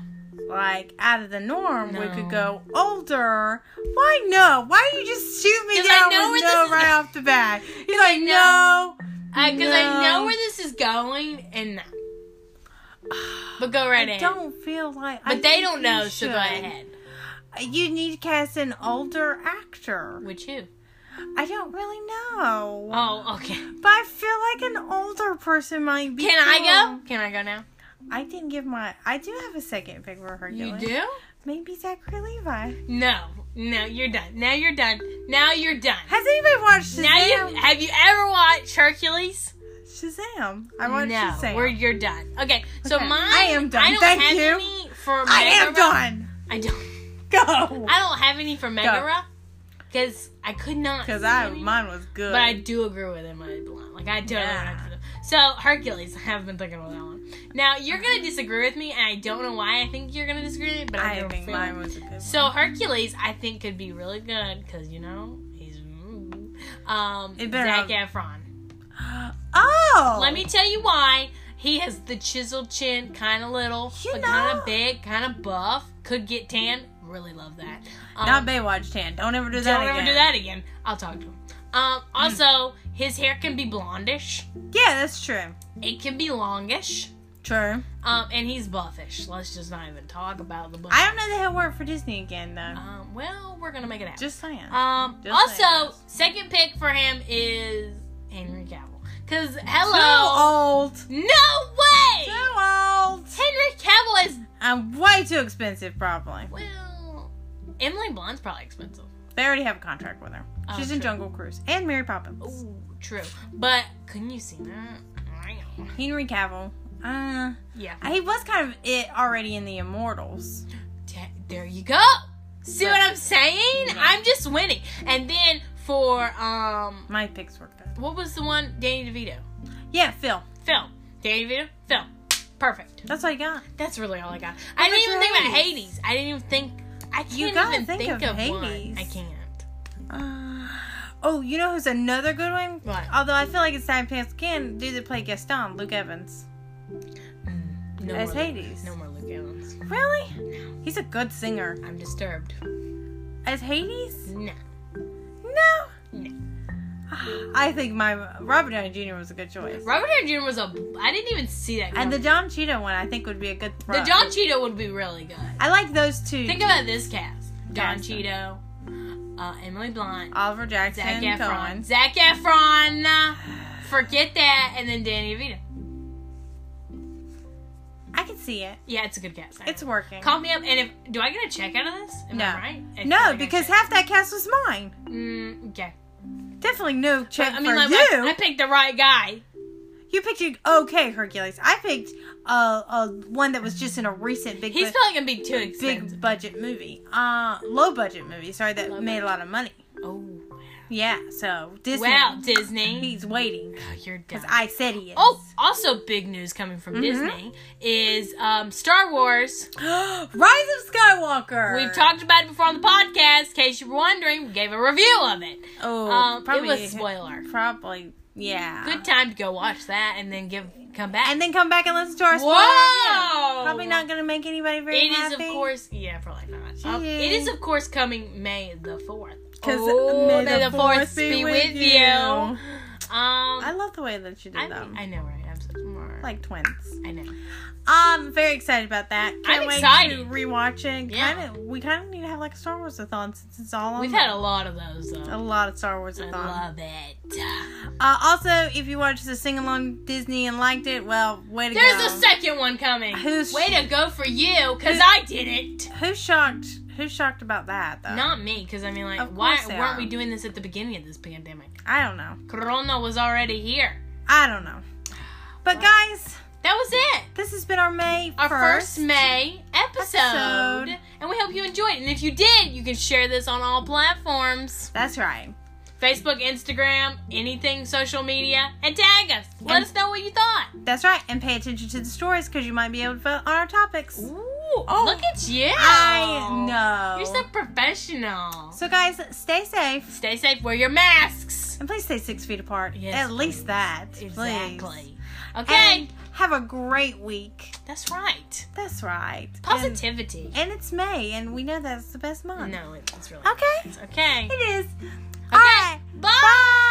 Speaker 2: like out of the norm, we could
Speaker 1: No.
Speaker 2: go older. Why no? Why you just shoot me
Speaker 1: 'Cause I
Speaker 2: down
Speaker 1: know
Speaker 2: with
Speaker 1: where
Speaker 2: no
Speaker 1: this is
Speaker 2: right
Speaker 1: go-
Speaker 2: off the bat? He's
Speaker 1: 'Cause I
Speaker 2: like,
Speaker 1: know-
Speaker 2: no.
Speaker 1: Because I
Speaker 2: No.
Speaker 1: know where this is going, and no. But go right
Speaker 2: I
Speaker 1: ahead.
Speaker 2: don't feel like. I
Speaker 1: but they
Speaker 2: think
Speaker 1: don't
Speaker 2: you
Speaker 1: know, so go
Speaker 2: should.
Speaker 1: ahead.
Speaker 2: You need to cast an older actor.
Speaker 1: Which who?
Speaker 2: I don't really know.
Speaker 1: Oh, okay.
Speaker 2: But I feel like an older person might be.
Speaker 1: Can I
Speaker 2: wrong.
Speaker 1: go? Can I go now?
Speaker 2: I didn't give my. I do have a second pick for her.
Speaker 1: You
Speaker 2: don't I?
Speaker 1: do?
Speaker 2: Maybe Zachary Levi.
Speaker 1: No, no, you're done. Now you're done. Now you're done.
Speaker 2: Has anybody watched Shazam?
Speaker 1: Now you have you ever watched Hercules?
Speaker 2: Shazam. I watched
Speaker 1: no,
Speaker 2: Shazam.
Speaker 1: we're- you're done. Okay, so
Speaker 2: Okay,
Speaker 1: mine.
Speaker 2: I am done.
Speaker 1: I don't
Speaker 2: Thank
Speaker 1: have
Speaker 2: you.
Speaker 1: any for Megara.
Speaker 2: I am done.
Speaker 1: I don't.
Speaker 2: Go.
Speaker 1: I don't have any for Megara because I could not.
Speaker 2: Because
Speaker 1: see
Speaker 2: I
Speaker 1: any.
Speaker 2: mine was good.
Speaker 1: But I do agree with him. I blunt. Like I totally
Speaker 2: Yeah.
Speaker 1: yeah. them. So Hercules, I have been thinking about that one. Now you're gonna disagree with me, and I don't know why I think you're gonna disagree with me, but I,
Speaker 2: Mm-hmm. I
Speaker 1: have a
Speaker 2: think
Speaker 1: feeling.
Speaker 2: mine was a good one.
Speaker 1: So Hercules, I think could be really good because you know he's um
Speaker 2: It better
Speaker 1: Zac Efron.
Speaker 2: oh.
Speaker 1: Let me tell you why he has the chiseled chin, kind of little,
Speaker 2: You
Speaker 1: but kind
Speaker 2: know-
Speaker 1: of big, kind of buff. Could get tan. Really love that. Um,
Speaker 2: Not Baywatch tan. Don't ever do that
Speaker 1: Don't ever
Speaker 2: again.
Speaker 1: do that again. I'll talk to him. Um, also, his hair can be blondish.
Speaker 2: Yeah, that's true.
Speaker 1: It can be longish.
Speaker 2: True.
Speaker 1: Um, and he's buffish. Let's just not even talk about the buff.
Speaker 2: I don't know that he'll work for Disney again though.
Speaker 1: um, well, we're gonna make it happen.
Speaker 2: Just saying.
Speaker 1: um,
Speaker 2: just
Speaker 1: also,
Speaker 2: saying.
Speaker 1: second pick for him is Henry Cavill. Cause
Speaker 2: Too
Speaker 1: hello,
Speaker 2: old.
Speaker 1: no way.
Speaker 2: Too old.
Speaker 1: Henry Cavill is
Speaker 2: I'm way too expensive, probably.
Speaker 1: well. Emily Blunt's probably expensive.
Speaker 2: They already have a contract with her.
Speaker 1: Oh,
Speaker 2: She's in
Speaker 1: true.
Speaker 2: Jungle Cruise and Mary Poppins.
Speaker 1: Ooh, true. But couldn't you see that?
Speaker 2: Henry Cavill. Uh,
Speaker 1: Yeah.
Speaker 2: he was kind of it already in the Immortals.
Speaker 1: Ta- there you go. See what I'm saying?
Speaker 2: Yeah.
Speaker 1: I'm just winning. And then for um,
Speaker 2: My picks were good.
Speaker 1: what was the one? Danny DeVito.
Speaker 2: Yeah, Phil.
Speaker 1: Phil. Danny DeVito. Phil. Perfect.
Speaker 2: That's all you got.
Speaker 1: That's really all I got. I didn't
Speaker 2: about
Speaker 1: even
Speaker 2: your
Speaker 1: think about
Speaker 2: Hades?
Speaker 1: Hades. I didn't even think. Oh, I can't
Speaker 2: You gotta
Speaker 1: even
Speaker 2: think
Speaker 1: think,
Speaker 2: of
Speaker 1: of, one.
Speaker 2: Hades.
Speaker 1: I can't.
Speaker 2: Uh, oh, you know who's another good one?
Speaker 1: What?
Speaker 2: Although I feel like it's time past again. Dude that played Gaston, Luke Evans.
Speaker 1: No
Speaker 2: That's
Speaker 1: more Luke-
Speaker 2: Hades.
Speaker 1: No more Luke Evans.
Speaker 2: Really? He's a good singer.
Speaker 1: I'm disturbed.
Speaker 2: As Hades?
Speaker 1: No.
Speaker 2: No.
Speaker 1: No.
Speaker 2: I think my Robert Downey Jr. was a good choice.
Speaker 1: Robert Downey Jr. was a. I didn't even see that.
Speaker 2: And the
Speaker 1: coming.
Speaker 2: Don Cheeto one, I think, would be a good throw.
Speaker 1: the Don Cheeto would be really good.
Speaker 2: I like those two.
Speaker 1: Think about this cast: Don
Speaker 2: Cast them.
Speaker 1: Cheeto, uh, Emily Blunt,
Speaker 2: Oliver Jackson,
Speaker 1: Zac
Speaker 2: Cohen.
Speaker 1: Efron. Zac Efron. Forget that, and then Danny DeVito.
Speaker 2: I can see it.
Speaker 1: Yeah, it's a good cast. I
Speaker 2: It's
Speaker 1: know.
Speaker 2: working.
Speaker 1: Call me up, and if do I get a check out of this? Am
Speaker 2: No.
Speaker 1: I right? I feel like
Speaker 2: no,
Speaker 1: I
Speaker 2: because
Speaker 1: should.
Speaker 2: half that cast was mine.
Speaker 1: Mm, okay.
Speaker 2: Definitely no check
Speaker 1: I mean,
Speaker 2: for
Speaker 1: like
Speaker 2: you.
Speaker 1: I, I picked the right guy.
Speaker 2: you picked your okay Hercules. I picked uh, uh one that was just in a recent big
Speaker 1: He's
Speaker 2: bu-
Speaker 1: probably gonna be too
Speaker 2: big
Speaker 1: expensive.
Speaker 2: budget movie. Uh, low budget movie. Sorry, that
Speaker 1: Low
Speaker 2: made a lot of money.
Speaker 1: Oh,
Speaker 2: Yeah. So Disney.
Speaker 1: wow, Disney.
Speaker 2: he's waiting
Speaker 1: Oh, you're done.
Speaker 2: because I Mm-hmm. said he is.
Speaker 1: Oh, also big news coming from Disney is um, Star Wars.
Speaker 2: Rise of Skywalker.
Speaker 1: We've talked about it before on the podcast. In case you were wondering, we gave a review of it.
Speaker 2: Oh,
Speaker 1: Um,
Speaker 2: probably
Speaker 1: it was a spoiler.
Speaker 2: Probably. Yeah.
Speaker 1: Good time to go watch that and then give come back.
Speaker 2: and then come back and listen to our spoiler.
Speaker 1: Whoa!
Speaker 2: review. Probably not gonna make anybody very
Speaker 1: It is
Speaker 2: happy.
Speaker 1: of course yeah, probably not. Um,
Speaker 2: Yeah.
Speaker 1: it is of course coming May the fourth.
Speaker 2: 'Cause
Speaker 1: Oh,
Speaker 2: may
Speaker 1: may
Speaker 2: the fourth be with you.
Speaker 1: Um,
Speaker 2: I
Speaker 1: I,
Speaker 2: love the way that you did
Speaker 1: know,
Speaker 2: them.
Speaker 1: I know right. I'm so smart.
Speaker 2: like twins.
Speaker 1: I know.
Speaker 2: I'm very excited about that. Can't
Speaker 1: I'm
Speaker 2: wait to
Speaker 1: excited.
Speaker 2: rewatch it.
Speaker 1: Yeah.
Speaker 2: Kinda, we kind of need to have like a Star Wars a thon since it's all on.
Speaker 1: We've had a lot of those though.
Speaker 2: um, a lot of Star Wars a
Speaker 1: I
Speaker 2: thon.
Speaker 1: love it.
Speaker 2: Uh, also, if you watched the sing along Disney and liked it, well, way to
Speaker 1: There's
Speaker 2: go.
Speaker 1: a second one coming.
Speaker 2: um, Who's-
Speaker 1: Way to go for you, cause
Speaker 2: Who-
Speaker 1: I didn't.
Speaker 2: Who's shocked? Who's shocked about that though?
Speaker 1: Not me, because I mean, like,
Speaker 2: Of
Speaker 1: why
Speaker 2: course they
Speaker 1: weren't
Speaker 2: are.
Speaker 1: we doing this at the beginning of this pandemic?
Speaker 2: I don't know.
Speaker 1: Corona was already here.
Speaker 2: I don't know. But
Speaker 1: Well-
Speaker 2: guys,
Speaker 1: That was it.
Speaker 2: this has been our May
Speaker 1: Our first,
Speaker 2: first
Speaker 1: May episode,
Speaker 2: episode.
Speaker 1: And we hope you enjoyed it. And if you did, you can share this on all platforms
Speaker 2: That's right.
Speaker 1: Facebook, Instagram, anything social media, and tag us. Let
Speaker 2: And-
Speaker 1: us know what you thought.
Speaker 2: That's right. And pay attention to the stories because you might be able to vote on our topics. Oh,
Speaker 1: Ooh, look at you.
Speaker 2: I know.
Speaker 1: You're so professional.
Speaker 2: So, guys, stay safe
Speaker 1: Stay safe, wear your masks.
Speaker 2: and please stay six feet apart.
Speaker 1: Yes,
Speaker 2: At least that. please.
Speaker 1: Exactly. Okay,
Speaker 2: And have a great week.
Speaker 1: that's right.
Speaker 2: That's right. And-
Speaker 1: Positivity.
Speaker 2: And, it's May, and we know that's the best month.
Speaker 1: no, it- it's really
Speaker 2: Okay.
Speaker 1: okay.
Speaker 2: It is.
Speaker 1: Okay.
Speaker 2: All right.
Speaker 1: Bye.
Speaker 2: Bye.